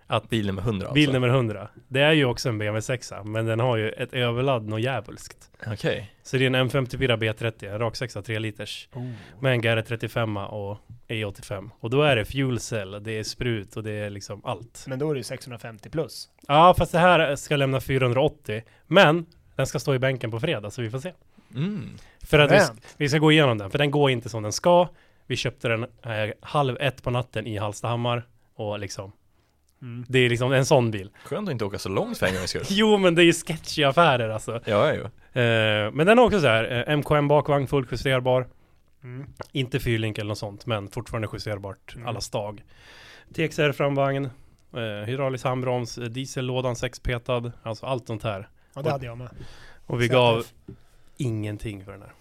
Speaker 2: Alltså. Bil nummer 100 alltså.
Speaker 3: Bil nummer 100. Det är ju också en BMW 6 men den har ju ett överladd något djävulskt.
Speaker 2: Okej.
Speaker 3: Så det är en M54 B30, en raksexa 3 liters.
Speaker 1: Oh.
Speaker 3: Med en Garrett 35 och E85. Och då är det fuel cell, det är sprut och det är liksom allt.
Speaker 1: Men då är det ju 650 plus.
Speaker 3: Ja, fast det här ska lämna 480. Men den ska stå i bänken på fredag, så vi får se.
Speaker 2: Mm.
Speaker 3: För att vi,
Speaker 1: Fränt.
Speaker 3: vi ska gå igenom den, för den går inte som den ska. Vi köpte den eh, halv ett på natten i Hallstahammar och liksom
Speaker 1: Mm.
Speaker 3: Det är liksom en sån bil. [laughs]
Speaker 2: Skönt att inte åka så långt för en gångs skull.
Speaker 3: Jo men det är ju sketchy affärer alltså.
Speaker 2: [laughs] Ja, ju.
Speaker 3: Eh, men den har också så här, eh, MKM bakvagn, fullt justerbar.
Speaker 1: Mm.
Speaker 3: Inte fyrlink eller något sånt, men fortfarande justerbart
Speaker 1: Mm.
Speaker 3: alla stag. TXR framvagn, eh, hydraulisk handbroms, eh, diesellådan sexpetad, alltså allt sånt här.
Speaker 1: Ja, det hade jag med.
Speaker 3: Och vi
Speaker 1: ZF.
Speaker 3: gav ingenting för den här.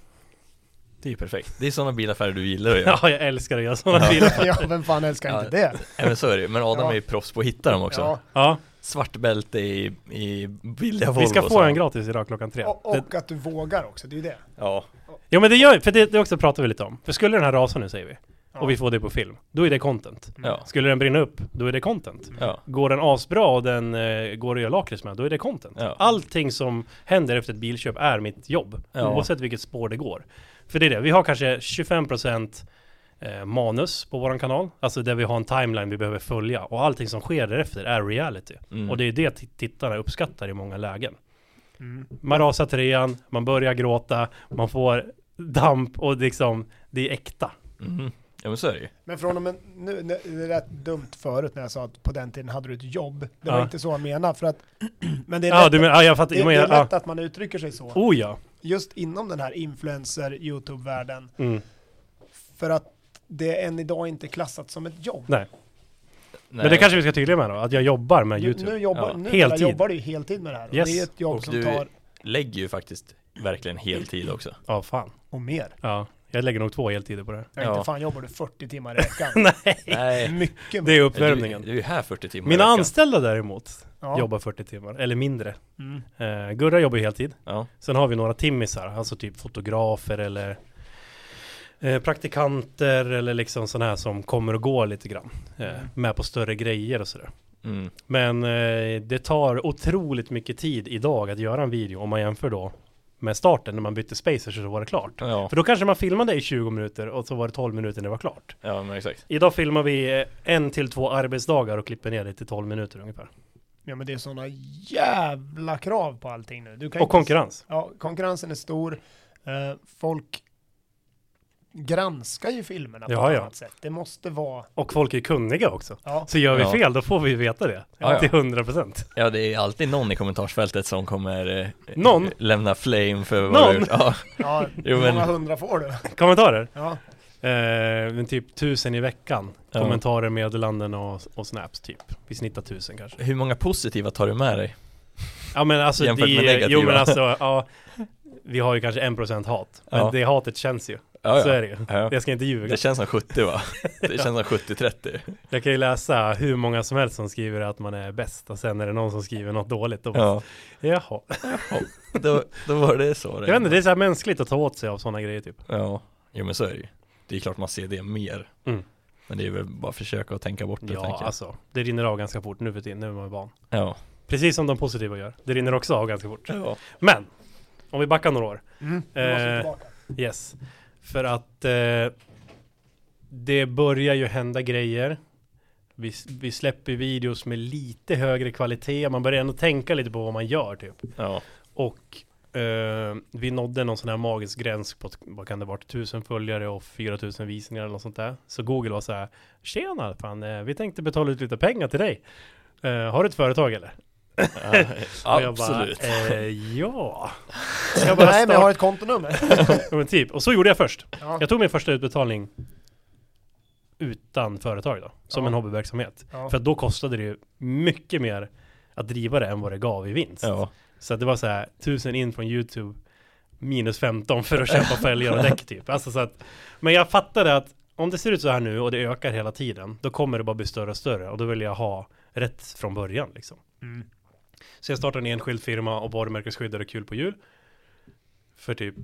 Speaker 2: Det är ju perfekt. Det är sådana bilaffärer du gillar att göra.
Speaker 3: [laughs] Ja, jag älskar att göra sådana bilar.
Speaker 1: [laughs] Ja, vem fan älskar
Speaker 2: Ja.
Speaker 1: inte det?
Speaker 2: Ja. Men så är det ju. Men Adam
Speaker 1: Ja.
Speaker 2: är ju proffs på att hitta dem också.
Speaker 1: Ja.
Speaker 3: Ja,
Speaker 2: Svart bälte i, i billiga Volvo.
Speaker 3: vi ska
Speaker 2: och
Speaker 3: få
Speaker 2: så.
Speaker 3: en gratis idag klockan tre.
Speaker 1: Och,
Speaker 3: Det,
Speaker 1: och att du vågar också, det är ju det.
Speaker 2: Ja.
Speaker 3: jo men det gör för det, det också pratar vi lite om. För skulle den här rasa nu säger vi,
Speaker 1: Ja.
Speaker 3: och vi får det på film, då är det content.
Speaker 2: Ja.
Speaker 3: Skulle den brinna upp, då är det content.
Speaker 1: Mm.
Speaker 2: Ja.
Speaker 3: Går den asbra och den eh, går att göra lakrits med, då är det content.
Speaker 2: Ja.
Speaker 3: Allting som händer efter ett bilköp är mitt jobb.
Speaker 2: Ja.
Speaker 3: Oavsett vilket spår det går. För det är det, vi har kanske 25% eh, manus på våran kanal. Alltså där vi har en timeline vi behöver följa. Och allting som sker därefter är reality.
Speaker 2: Mm.
Speaker 3: Och det är det t- tittarna uppskattar i många lägen.
Speaker 1: Mm.
Speaker 3: Man rasar trean, man börjar gråta, man får damp och liksom, det är äkta.
Speaker 2: Mm. Ja, men så är det ju.
Speaker 1: Men från och med nu, nu- det är rätt dumt förut när jag sa att på den tiden hade du ett jobb. Det var
Speaker 3: Ja.
Speaker 1: inte så jag menade för att... [clears throat] Men det är
Speaker 3: Ja,
Speaker 1: lätt,
Speaker 3: du menar, ja, jag fattar.
Speaker 1: det,
Speaker 3: jag
Speaker 1: det är
Speaker 3: menar,
Speaker 1: lätt
Speaker 3: ja.
Speaker 1: att man uttrycker sig så.
Speaker 3: Oh ja.
Speaker 1: Just inom den här influencer-YouTube-världen.
Speaker 3: Mm.
Speaker 1: För att det än idag inte är klassat som ett jobb.
Speaker 3: Nej.
Speaker 2: Nej.
Speaker 3: Men det kanske vi ska tydliga med då, att jag jobbar med
Speaker 1: Nu,
Speaker 3: YouTube.
Speaker 1: nu jobbar,
Speaker 2: Ja.
Speaker 1: nu
Speaker 3: Heltid.
Speaker 1: jobbar du ju heltid med det här. Och
Speaker 3: Yes.
Speaker 1: Det är ett jobb
Speaker 2: Och
Speaker 1: som
Speaker 2: du-
Speaker 1: tar,
Speaker 2: lägger ju faktiskt verkligen heltid också.
Speaker 3: Ja, fan.
Speaker 1: och mer.
Speaker 3: Ja. Jag lägger nog två heltider på det här. [laughs]
Speaker 1: Ja.
Speaker 2: Ja.
Speaker 1: Inte fan jobbar du 40 timmar i veckan.
Speaker 3: Nej,
Speaker 2: Nej.
Speaker 1: Mycket
Speaker 3: det är
Speaker 2: Du,
Speaker 3: uppvärmningen.
Speaker 2: du är ju här 40 timmar i
Speaker 3: Mina
Speaker 2: veckan.
Speaker 3: anställda däremot
Speaker 1: Ja.
Speaker 3: jobbar 40 timmar, eller mindre.
Speaker 1: Mm.
Speaker 3: Eh, Gurra jobbar ju heltid.
Speaker 2: Ja.
Speaker 3: Sen har vi några timmisar, alltså typ fotografer eller eh, praktikanter eller liksom sådana här som kommer och går lite grann. Eh, med på större grejer och sådär.
Speaker 2: Mm.
Speaker 3: Men eh, det tar otroligt mycket tid idag att göra en video om man jämför då med starten när man bytte spacers så var det klart.
Speaker 2: Ja.
Speaker 3: För då kanske man filmade i 20 minuter och så var det 12 minuter när det var klart.
Speaker 2: ja, men exakt.
Speaker 3: Idag filmar vi eh, en till två arbetsdagar och klipper ner det till 12 minuter ungefär.
Speaker 1: Ja men det är sådana jävla krav på allting nu. Du kan
Speaker 3: Och
Speaker 1: inte-
Speaker 3: konkurrens.
Speaker 1: Ja, konkurrensen är stor. Eh, folk granskar ju filmerna på
Speaker 3: Ja,
Speaker 1: ett
Speaker 3: ja.
Speaker 1: annat sätt. Det måste vara...
Speaker 3: Och folk är kunniga också. [laughs]
Speaker 1: Ja.
Speaker 3: Så gör vi
Speaker 2: Ja.
Speaker 3: fel, då får vi veta det.
Speaker 2: Ja, ja.
Speaker 3: Till 100 procent. [laughs]
Speaker 2: Ja, det är alltid någon i kommentarsfältet som kommer eh,
Speaker 3: Någon?
Speaker 2: lämna flame för vad du har
Speaker 3: Någon?
Speaker 2: gjort. Ja.
Speaker 1: ja
Speaker 2: Jo,
Speaker 1: hur många
Speaker 2: men-
Speaker 1: hundra får du?
Speaker 3: Kommentarer?
Speaker 1: Ja.
Speaker 3: Eh, men typ tusen i veckan.
Speaker 2: Ja.
Speaker 3: Kommentarer, meddelanden och, och snaps typ. Vi snittar tusen kanske.
Speaker 2: Hur många positiva tar du med dig?
Speaker 3: Ja men alltså
Speaker 2: Jämfört med
Speaker 3: det,
Speaker 2: negativa.
Speaker 3: jo men alltså, ja. Vi har ju kanske en procent hat. Men
Speaker 2: Ja.
Speaker 3: det hatet känns ju.
Speaker 2: Ja,
Speaker 3: Så
Speaker 2: ja.
Speaker 3: är det ju.
Speaker 2: ja.
Speaker 3: Jag ska inte ljuga.
Speaker 2: Det känns som 70
Speaker 3: [laughs]
Speaker 2: va? Det känns som 70-30.
Speaker 3: Jag kan ju läsa hur många som helst som skriver att man är bäst och sen är det någon som skriver något dåligt. Och bara,
Speaker 2: Ja.
Speaker 3: Jaha.
Speaker 2: Då, då var det så.
Speaker 3: Jag vet inte, det är så här mänskligt att ta åt sig av sådana grejer typ.
Speaker 2: Ja, jo men så är det ju. Det är klart man ser det mer.
Speaker 3: Mm.
Speaker 2: Men det är väl bara att försöka att tänka bort det
Speaker 3: Ja
Speaker 2: tänker jag.
Speaker 3: alltså, det rinner av ganska fort nu för tiden, nu är man van.
Speaker 2: Ja.
Speaker 3: Precis som de positiva gör. Det rinner också av ganska fort.
Speaker 2: ja.
Speaker 3: Men, om vi backar några år.
Speaker 1: Mm.
Speaker 3: Eh,
Speaker 1: Du måste tillbaka.
Speaker 3: Yes. För att eh, det börjar ju hända grejer. Vi, vi släpper videos med lite högre kvalitet. Man börjar ändå tänka lite på vad man gör typ.
Speaker 2: Ja.
Speaker 3: Och eh, vi nådde någon sån här magisk gräns på, vad kan det vara, 1000 följare och 4000 visningar eller något sånt där. Så Google var så här, tjena fan, eh, vi tänkte betala ut lite pengar till dig. Eh, har du ett företag eller? [laughs] Och jag bara,
Speaker 2: absolut.
Speaker 3: eh, ja.
Speaker 1: Jag
Speaker 3: bara
Speaker 1: bara, Nej men jag
Speaker 3: start-
Speaker 1: har ett kontonummer.
Speaker 3: Ja, men typ. Och så gjorde jag först.
Speaker 1: Ja.
Speaker 3: Jag tog min första utbetalning utan företag då, som
Speaker 1: Ja.
Speaker 3: en hobbyverksamhet.
Speaker 1: Ja.
Speaker 3: För att då kostade det ju mycket mer att driva det än vad det gav i vinst.
Speaker 2: Ja.
Speaker 3: Så att det var så här, 1000 in från YouTube, minus 15 för att köpa fälgar och däck typ. Alltså så att, men jag fattade att om det ser ut så här nu och det ökar hela tiden, då kommer det bara bli större och större och då vill jag ha rätt från början liksom.
Speaker 1: Mm.
Speaker 3: Så jag startade en enskild firma och varumärkesskyddade kul på jul. För typ,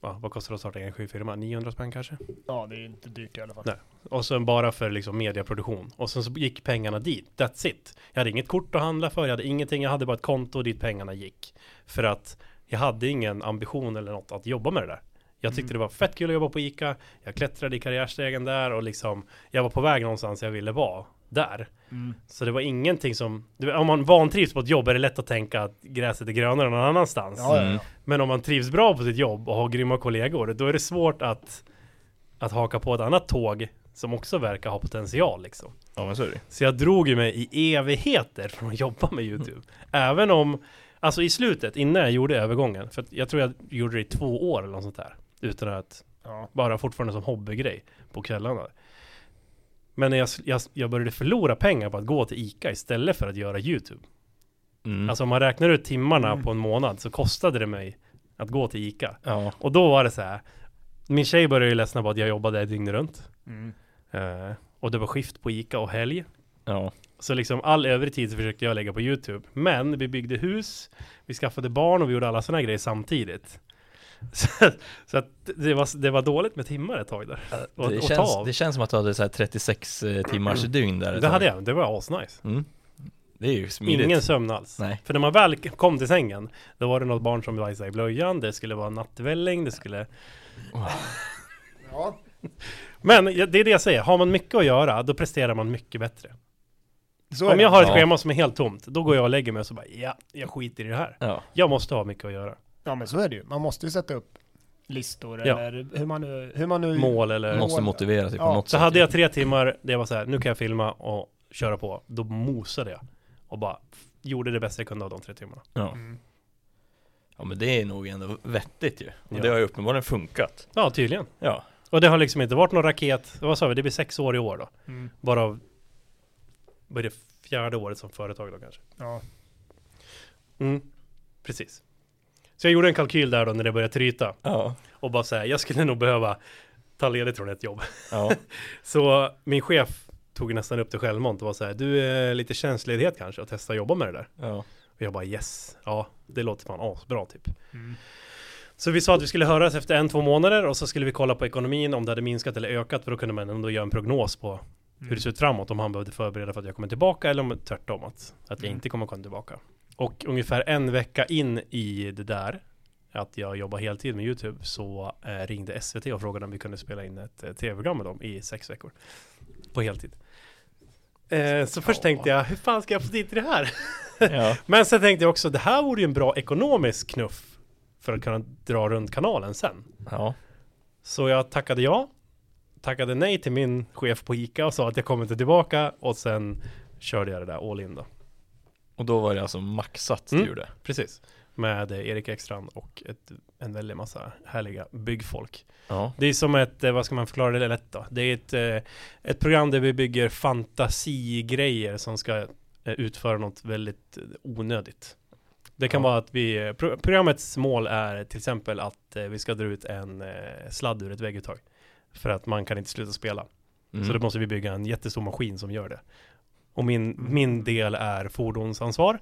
Speaker 3: ja, vad kostar det att starta en enskild firma? 900 spänn kanske?
Speaker 1: ja, det är ju inte dyrt i alla fall.
Speaker 3: Nej. Och sen bara för liksom mediaproduktion. Och sen så gick pengarna dit, that's it. Jag hade inget kort att handla för, jag hade ingenting, jag hade bara ett konto dit pengarna gick. För att jag hade ingen ambition eller något att jobba med det där. Jag tyckte det var fett kul att jobba på ICA, jag klättrade i karriärstegen där och liksom jag var på väg någonstans jag ville vara där.
Speaker 1: Mm.
Speaker 3: Så det var ingenting som, du vet, om man vantrivs på ett jobb är det lätt att tänka att gräset är grönare någon annanstans.
Speaker 1: Ja, ja,
Speaker 2: Mm.
Speaker 1: ja.
Speaker 3: Men om man trivs bra på sitt jobb och har grymma kollegor, då är det svårt att, att haka på ett annat tåg som också verkar ha potential liksom.
Speaker 2: ja men så är det
Speaker 3: Så jag drog ju mig i evigheter från att jobba med YouTube. Även om, alltså i slutet, innan jag gjorde övergången, för att jag tror jag gjorde det i två år eller något sånt där. Utan att,
Speaker 1: Ja.
Speaker 3: bara fortfarande som hobbygrej på kvällarna. Men när jag, jag, jag började förlora pengar på att gå till ICA istället för att göra YouTube.
Speaker 2: Mm.
Speaker 3: Alltså om man räknar ut timmarna
Speaker 1: Mm.
Speaker 3: på en månad så kostade det mig att gå till ICA.
Speaker 2: ja.
Speaker 3: Och då var det så här. Min tjej började ju ledsna på att jag jobbade dygnet runt.
Speaker 1: Mm.
Speaker 3: Eh, och det var skift på Ica och helg.
Speaker 2: Ja.
Speaker 3: Så liksom all övrig tid så försökte jag lägga på YouTube. Men vi byggde hus, vi skaffade barn och vi gjorde alla sådana grejer samtidigt. [laughs] Så, att- så att det var, det var dåligt med timmar ett tag där. Och,
Speaker 2: Det,
Speaker 3: och
Speaker 2: känns,
Speaker 3: ta av. Mm.
Speaker 2: det känns som att du hade så här 36 eh, timmars dygn där. ett
Speaker 3: Det
Speaker 2: tag.
Speaker 3: hade jag, det var asnice.
Speaker 2: Mm. Det är ju smidigt.
Speaker 3: Ingen sömn alls.
Speaker 2: Nej.
Speaker 3: För när man väl kom till sängen, då var det något barn som bajsade i blöjan, det skulle vara nattvälling, det skulle...
Speaker 1: Ja.
Speaker 3: Men ja, det är det jag säger, har man mycket att göra, då presterar man mycket bättre.
Speaker 1: Så är
Speaker 3: Om
Speaker 1: det.
Speaker 3: jag har ett
Speaker 2: Ja.
Speaker 3: schema som är helt tomt, då går jag och lägger mig och så bara ja, jag skiter i det här.
Speaker 2: Ja.
Speaker 3: Jag måste ha mycket att göra.
Speaker 1: Ja men så är det ju. Man måste ju sätta upp listor
Speaker 3: Ja.
Speaker 1: eller hur man nu... Hur man nu
Speaker 3: Mål eller...
Speaker 1: Mål.
Speaker 2: Måste motivera sig på
Speaker 1: Ja.
Speaker 2: något
Speaker 3: Så
Speaker 2: sätt.
Speaker 3: hade
Speaker 2: ju.
Speaker 3: jag tre timmar där jag var så här, nu kan jag filma och köra på. Då mosade jag. Och bara f- gjorde det bästa jag kunde av de tre timmarna.
Speaker 2: Ja.
Speaker 1: Mm.
Speaker 2: ja men det är nog ändå vettigt ju. Och
Speaker 3: Ja.
Speaker 2: det har ju uppenbarligen funkat.
Speaker 3: Ja, tydligen.
Speaker 2: Ja.
Speaker 3: Och det har liksom inte varit någon raket. Vad sa vi? Det blir sex år i år då.
Speaker 1: Mm.
Speaker 3: Varav... Vad är det fjärde året som företag då kanske?
Speaker 1: Ja.
Speaker 3: Mm. Precis. Så jag gjorde en kalkyl där då när det började tryta.
Speaker 2: Ja.
Speaker 3: Och bara säga, jag skulle nog behöva ta ledigt från ett jobb. [laughs]
Speaker 2: Ja.
Speaker 3: Så min chef tog nästan upp det självmant och var så här, du är lite tjänstledighet kanske och testa att jobba med det där.
Speaker 2: ja.
Speaker 3: Och jag bara yes, ja det låter fan asbra typ.
Speaker 4: Mm.
Speaker 3: Så vi sa att vi skulle höras efter en, två månader och så skulle vi kolla på ekonomin om det hade minskat eller ökat för då kunde man ändå göra en prognos på
Speaker 1: Mm.
Speaker 3: hur det ser ut framåt om han behövde förbereda för att jag kommer tillbaka eller om tvärtom att, att jag
Speaker 4: Mm.
Speaker 3: inte kommer komma tillbaka. Och ungefär en vecka in i det där att jag jobbar heltid med YouTube så eh, ringde SVT och frågade om vi kunde spela in ett eh, tv-program med dem i sex veckor på heltid. Eh, så först
Speaker 2: Ja.
Speaker 3: tänkte jag, hur fan ska jag få dit det här?
Speaker 2: ja.
Speaker 3: Men sen tänkte jag också, det här vore ju en bra ekonomisk knuff för att kunna dra runt kanalen sen.
Speaker 2: ja.
Speaker 3: Så jag tackade ja, tackade nej till min chef på ICA och sa att jag kommer inte tillbaka och sen körde jag det där all in då.
Speaker 2: Och då var det alltså maxat du
Speaker 3: Mm.
Speaker 2: gjorde?
Speaker 3: Precis. Med eh, Erik Ekstrand och ett, en väldig massa härliga byggfolk.
Speaker 2: Ja.
Speaker 3: Det är som ett, eh, vad ska man förklara det lätt då? Det är ett, eh, ett program där vi bygger fantasigrejer som ska eh, utföra något väldigt eh, onödigt. Det kan
Speaker 2: Ja.
Speaker 3: vara att vi, eh, pro- programmets mål är till exempel att eh, vi ska dra ut en eh, sladd ur ett vägguttag. För att man kan inte sluta spela.
Speaker 2: Mm.
Speaker 3: Så då måste vi bygga en jättestor maskin som gör det. Och min,
Speaker 2: Mm.
Speaker 3: min del är fordonsansvar.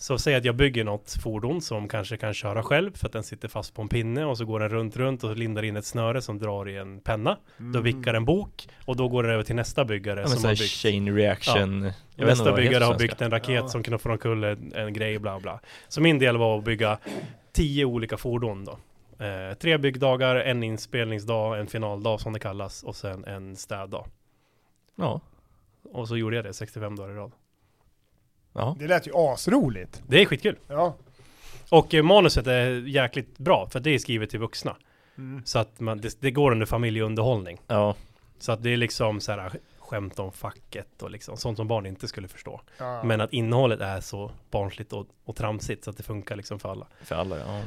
Speaker 3: Så säg att jag bygger något fordon som kanske kan köra själv för att den sitter fast på en pinne och så går den runt, runt och lindar in ett snöre som drar i en penna.
Speaker 1: Mm.
Speaker 3: Då vickar en bok och då går den över till nästa byggare
Speaker 2: Mm. ja, men
Speaker 3: som
Speaker 2: så
Speaker 3: har
Speaker 2: här
Speaker 3: byggt.
Speaker 2: chain reaction. Jag vet inte
Speaker 3: Nästa
Speaker 2: vad det
Speaker 3: byggare
Speaker 2: heter på
Speaker 3: har byggt
Speaker 2: svenska.
Speaker 3: en raket
Speaker 1: Ja.
Speaker 3: som kan få omkull en, en grej, bla bla. Så min del var att bygga tio olika fordon då. Eh, tre byggdagar, en inspelningsdag, en finaldag som det kallas och sen en städdag.
Speaker 2: Ja.
Speaker 3: Och så gjorde jag det 65 dagar i rad.
Speaker 2: Ja.
Speaker 1: Det lät ju asroligt.
Speaker 3: Det är skitkul.
Speaker 1: Ja.
Speaker 3: Och eh, manuset är jäkligt bra för att det är skrivet till vuxna.
Speaker 1: Mm.
Speaker 3: Så att man, det, det går under familjeunderhållning.
Speaker 2: Ja.
Speaker 3: Så att det är liksom så här skämt om facket och liksom sånt som barn inte skulle förstå.
Speaker 1: Ja.
Speaker 3: Men att innehållet är så barnsligt och, och tramsigt så att det funkar liksom för alla.
Speaker 2: För alla, ja.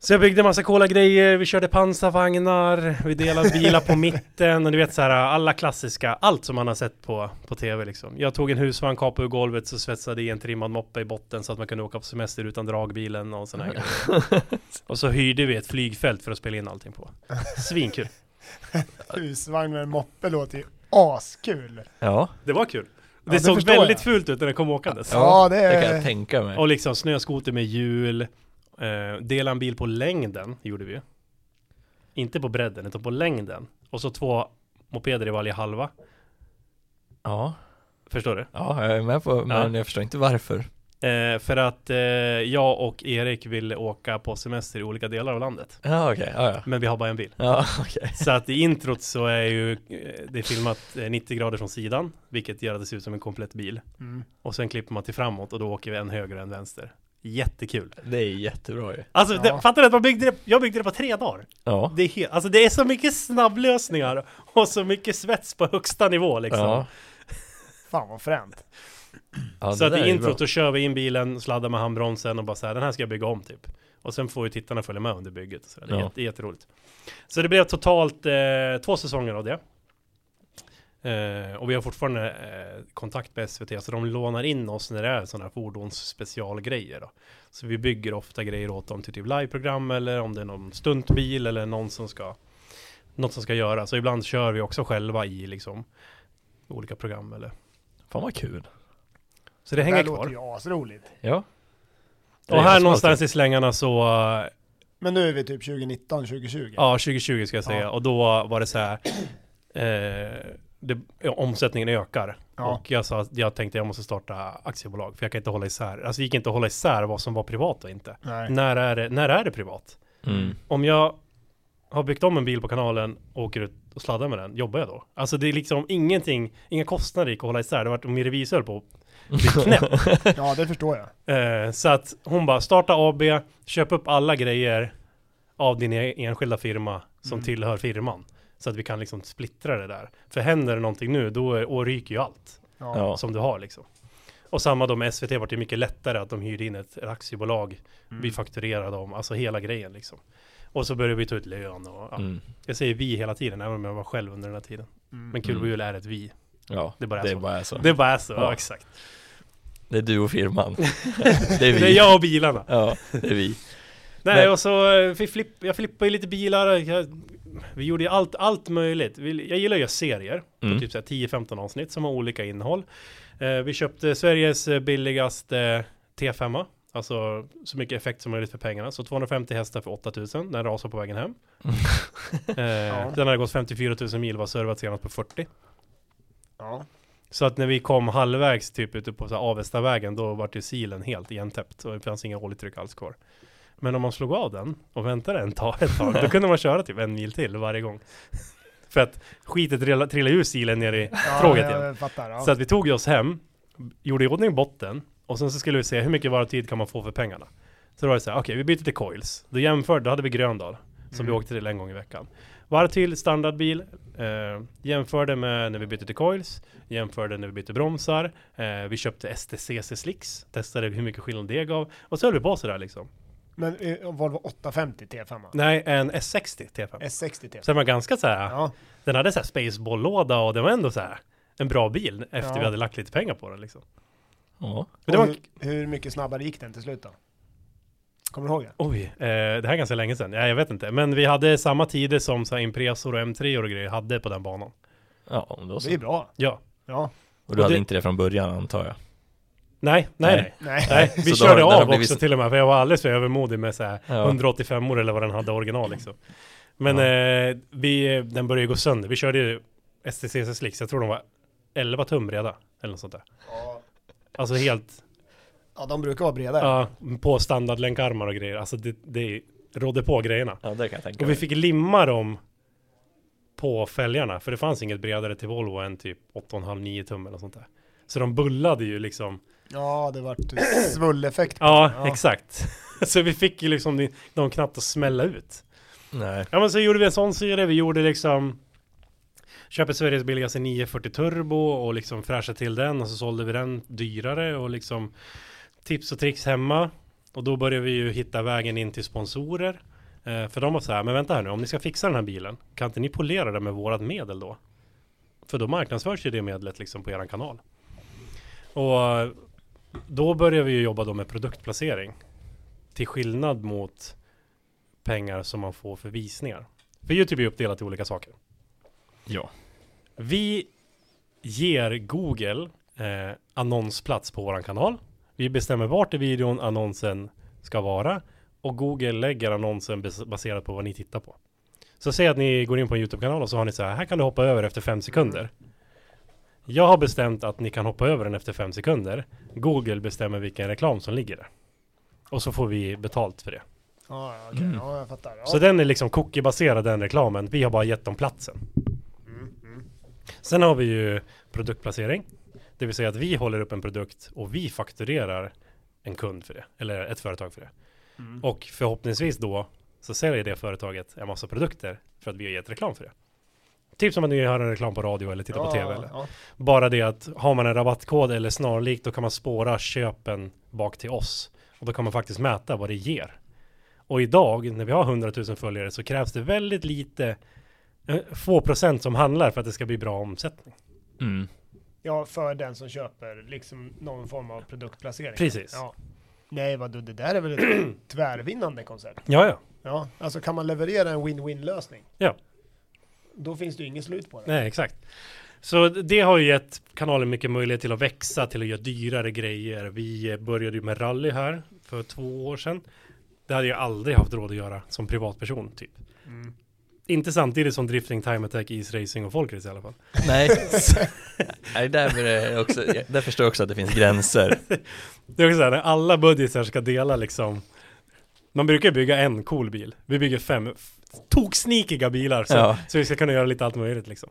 Speaker 3: Så jag byggde massa coola grejer, vi körde pansarvagnar, vi delade bilar
Speaker 1: [laughs]
Speaker 3: på mitten och du vet så här alla klassiska, allt som man har sett på, på tv liksom. Jag tog en husvagn, kapade ur golvet, så svetsade i en trimmad moppe i botten så att man kunde åka på semester utan dragbilen och sådana grejer.
Speaker 1: [laughs]
Speaker 3: Och så hyrde vi ett flygfält för att spela in allting på. Svinkul.
Speaker 1: Husvagn med en moppe låter ju askul.
Speaker 2: Ja,
Speaker 3: Det var kul. Det
Speaker 1: det
Speaker 3: såg
Speaker 1: förstår jag.
Speaker 3: väldigt fult ut när den kom åkandes.
Speaker 1: Ja, det
Speaker 2: det kan jag
Speaker 1: är...
Speaker 2: tänka mig.
Speaker 3: Och liksom snöskoter med hjul, eh, dela en bil på längden gjorde vi ju. Inte på bredden utan på längden. Och så två mopeder i varje halva.
Speaker 2: Ja.
Speaker 3: Förstår du?
Speaker 2: ja, jag är med på, men jag förstår inte varför.
Speaker 3: Eh, för att eh, jag och Erik ville åka på semester i olika delar av landet.
Speaker 2: Ja, okej. Ja, ja.
Speaker 3: Men vi har bara
Speaker 2: [laughs]
Speaker 3: en bil.
Speaker 2: Ja, okej.
Speaker 3: Så att i introt så är ju eh, det är filmat eh, 90 grader från sidan, vilket gör att det ser ut som en komplett bil.
Speaker 1: Mm.
Speaker 3: Och sen klipper man till framåt och då åker vi en höger och en vänster. Jättekul.
Speaker 2: Det är jättebra ju.
Speaker 3: Alltså
Speaker 1: Ja.
Speaker 3: det, fattar du att man byggde det, jag byggde det på tre dagar.
Speaker 2: Ja.
Speaker 3: Det är, helt, alltså det är så mycket snabblösningar och så mycket svets på högsta nivå liksom.
Speaker 2: Ja.
Speaker 1: Fan vad fränt.
Speaker 2: ja
Speaker 3: så att
Speaker 2: där
Speaker 3: i
Speaker 2: är
Speaker 3: introt
Speaker 2: bra.
Speaker 3: då kör vi in bilen, sladdar med handbromsen och bara så här, den här ska jag bygga om typ. Och sen får ju tittarna följa med under bygget. Så det är
Speaker 2: Ja.
Speaker 3: jätte, jätteroligt. Så det blev totalt eh, två säsonger av det. Eh, och vi har fortfarande eh, kontakt med SVT, så de lånar in oss när det är sådana här fordonsspecialgrejer. Då. Så vi bygger ofta grejer åt dem till typ liveprogram eller om det är någon stuntbil eller någon som ska något som ska göras. Så ibland kör vi också själva i liksom olika program eller
Speaker 2: Fan vad kul.
Speaker 3: så det
Speaker 1: Det
Speaker 3: hänger
Speaker 1: här
Speaker 3: kvar.
Speaker 1: låter ju asroligt.
Speaker 2: Ja. Det
Speaker 3: Och
Speaker 2: är
Speaker 3: här
Speaker 2: asbra
Speaker 3: någonstans
Speaker 2: till.
Speaker 3: i slängarna så, eh,
Speaker 1: Men nu är vi typ 2019, 2020.
Speaker 3: ja 2020 ska jag säga,
Speaker 1: Ja.
Speaker 3: och då var det så här, eh, det, ja, omsättningen ökar.
Speaker 1: Ja.
Speaker 3: Och jag sa, att jag tänkte jag måste starta aktiebolag, för jag kan inte hålla isär, alltså det gick inte att hålla isär vad som var privat och inte.
Speaker 1: Nej.
Speaker 3: När är det, när är det privat?
Speaker 2: Mm.
Speaker 3: Om jag har byggt om en bil på kanalen, åker ut och sladdar med den, jobbar jag då? Alltså det är liksom ingenting, inga kostnader gick att hålla isär, det var min revisor höll på att bli knäpp.
Speaker 1: Ja, det förstår jag.
Speaker 3: Eh, så att hon bara, starta AB, köp upp alla grejer av din e- enskilda firma som
Speaker 1: Mm.
Speaker 3: tillhör firman. Så att vi kan liksom splittra det där. För händer det någonting nu, då är, och ryker ju allt
Speaker 1: Ja.
Speaker 2: Ja.
Speaker 3: som du har liksom. Och samma då med SVT, vart det mycket lättare att de hyrde in ett, ett aktiebolag.
Speaker 1: Mm.
Speaker 2: Mm.
Speaker 3: Vi fakturerade dem, alltså hela grejen liksom. Och så började vi ta ut lön och ja.
Speaker 2: Mm.
Speaker 3: Jag säger vi hela tiden, även om jag var själv under den här tiden.
Speaker 1: Mm.
Speaker 3: Men kul
Speaker 2: Mm.
Speaker 3: och jul är ett vi.
Speaker 2: Ja,
Speaker 3: Det bara är
Speaker 2: det är
Speaker 3: så.
Speaker 2: bara så.
Speaker 3: Det är bara så, ja,
Speaker 2: Ja.
Speaker 3: exakt.
Speaker 2: Det är du och
Speaker 3: [laughs]
Speaker 2: firman. det är vi.
Speaker 3: Det är jag och bilarna.
Speaker 2: Ja, det är vi.
Speaker 3: Nej,
Speaker 2: Men-
Speaker 3: och så eh, vi flipp, jag flippade ju lite bilar, jag vi gjorde ju allt, allt möjligt. Vi, jag gillar ju serier
Speaker 2: Mm.
Speaker 3: på typ så här 10-15 avsnitt som har olika innehåll. Eh, vi köpte Sveriges eh, billigaste T5, alltså så mycket effekt som möjligt för pengarna. Så 250 hästar för 8000, den rasade på vägen hem. eh, Den hade gått 54 000 mil, var servat senast på 40. [laughs]
Speaker 1: Ja.
Speaker 3: Så att när vi kom halvvägs typ ute på så här Avestavägen då var ju silen helt igentäppt och det fanns inga oljetryck alls kvar. Men om man slog av den och väntade en tag, [laughs] ett tag då kunde man köra typ en mil till varje gång. [laughs] För att skitet rilla- trillade ur silen ner i tråget
Speaker 1: ja,
Speaker 3: igen.
Speaker 1: jag fattar. Ja.
Speaker 3: Så att vi tog oss hem, gjorde i ordning botten och sen så skulle vi se hur mycket varutid kan man få för pengarna. Så då var det så här, okej vi byter till coils. Då jämförde, då hade vi Gröndal
Speaker 1: Mm.
Speaker 3: som vi åkte till en gång i veckan. Varvtid, standardbil, eh, jämförde med när vi bytte till coils, jämförde när vi bytte bromsar, eh, vi köpte STCC slicks, testade hur mycket skillnad det gav och så höll vi på sådär liksom.
Speaker 1: Men eh, Volvo 850 T5.
Speaker 3: Nej, en S60 T5.
Speaker 1: S60 T5.
Speaker 3: Så den var ganska så här,
Speaker 1: Ja.
Speaker 3: den hade så här spaceball-låda och den var ändå så här en bra bil efter
Speaker 1: Ja.
Speaker 3: vi hade lagt lite pengar på den liksom.
Speaker 2: Ja.
Speaker 3: Men det
Speaker 1: Och
Speaker 3: var-
Speaker 1: hur, hur mycket snabbare gick den till slut då? Kommer du ihåg det?
Speaker 3: Oj, eh, det här är ganska länge sedan. Ja, jag vet inte. Men vi hade samma tider som så här, Impresor och M3 och grejer hade på den banan.
Speaker 2: Ja, men då
Speaker 1: Det är
Speaker 2: så.
Speaker 1: bra.
Speaker 3: Ja.
Speaker 1: Ja.
Speaker 2: Och du hade
Speaker 3: det-
Speaker 2: inte det från början antar jag?
Speaker 3: Nej, nej, nej.
Speaker 2: Nej.
Speaker 1: Nej.
Speaker 3: nej. Vi
Speaker 2: Så då
Speaker 3: körde
Speaker 2: har- det har
Speaker 3: av
Speaker 2: blivit-
Speaker 3: också till och med, för jag var alldeles för övermodig med så här
Speaker 2: Ja.
Speaker 3: 185 år eller vad den hade original liksom. Men
Speaker 2: Ja.
Speaker 3: eh, vi, den började ju gå sönder. Vi körde ju STCC Slicks, jag tror de var 11 tum breda eller något sånt där.
Speaker 1: [laughs] Ja.
Speaker 3: Alltså helt
Speaker 1: Ja, de brukar vara breda.
Speaker 3: ja, på standardlänkarmar och grejer. Alltså det, det rådde på grejerna.
Speaker 2: Ja, det kan jag tänka
Speaker 3: Och vi fick limma dem på fälgarna, för det fanns inget bredare till Volvo än typ 8,5-9 tum eller sånt där. Så de bullade ju liksom.
Speaker 1: Ja, det vart svulleffekt.
Speaker 3: Ja,
Speaker 1: Ja.
Speaker 3: exakt. [laughs] Så vi fick ju liksom de- de knappt att smälla ut.
Speaker 2: Nej.
Speaker 3: Ja men så gjorde vi en sån serie, vi gjorde liksom Köpte Sveriges billigaste 940 turbo och liksom fräschade till den och så sålde vi den dyrare och liksom Tips och tricks hemma Och då började vi ju hitta vägen in till sponsorer eh, För de var så här, men vänta här nu om ni ska fixa den här bilen Kan inte ni polera den med vårat medel då? För då marknadsförs ju det medlet liksom på eran kanal Och eh, då började vi ju jobba då med produktplacering Till skillnad mot pengar som man får för visningar. För Youtube är uppdelat i olika saker.
Speaker 2: Ja.
Speaker 3: Vi ger Google eh, annonsplats på våran kanal. Vi bestämmer vart i videon annonsen ska vara och Google lägger annonsen bas- baserat på vad ni tittar på. Så säg att ni går in på en YouTube-kanal och så har ni så här, här kan du hoppa över efter fem sekunder. Jag har bestämt att ni kan hoppa över den efter fem sekunder. Google bestämmer vilken reklam som ligger där. Och så får vi betalt för det.
Speaker 1: Ja, ja,
Speaker 3: Mm.
Speaker 1: okej. ja jag fattar. Ja.
Speaker 3: Så den är liksom cookie-baserad den reklamen. Vi har bara gett dem platsen.
Speaker 1: Mm,
Speaker 3: Sen har vi ju produktplacering. Det vill säga att vi håller upp en produkt och vi fakturerar en kund för det. Eller ett företag för det.
Speaker 1: Mm.
Speaker 3: Och förhoppningsvis då så säljer det företaget en massa produkter för att vi har gett reklam för det. Typ som att ni hör en reklam på radio eller tittar på
Speaker 1: Ja,
Speaker 3: tv. Eller.
Speaker 1: Ja.
Speaker 3: Bara det att har man en rabattkod eller snarlikt då kan man spåra köpen bak till oss. Och då kan man faktiskt mäta vad det ger. Och idag när vi har 100 000 följare så krävs det väldigt lite, eh, få procent som handlar för att det ska bli bra omsättning.
Speaker 2: Mm.
Speaker 1: ja, för den som köper liksom någon form av produktplacering.
Speaker 3: Precis.
Speaker 1: Ja. Nej, vad du, det där är väl ett [clears throat] tvärvinnande koncept?
Speaker 3: Ja, ja.
Speaker 1: Ja, alltså kan man leverera en win-win lösning?
Speaker 3: Ja.
Speaker 1: Då finns det ju inget slut på det.
Speaker 3: Nej, exakt. Så det har ju gett kanalen mycket möjlighet till att växa, till att göra dyrare grejer. Vi eh, började ju med rally här för två år sedan. Det hade jag aldrig haft råd att göra som privatperson, typ.
Speaker 1: Mm.
Speaker 3: Inte samtidigt som drifting, time attack, Ease racing och folkrace i alla fall.
Speaker 2: [laughs] [laughs] Nej. Nej, där, blir det också, där förstår jag också att det finns gränser.
Speaker 3: Det är också så här, när alla budgetar ska dela liksom Man brukar bygga en cool bil Vi bygger fem f- toksnikiga bilar så,
Speaker 2: Ja.
Speaker 3: så vi ska kunna göra lite allt möjligt liksom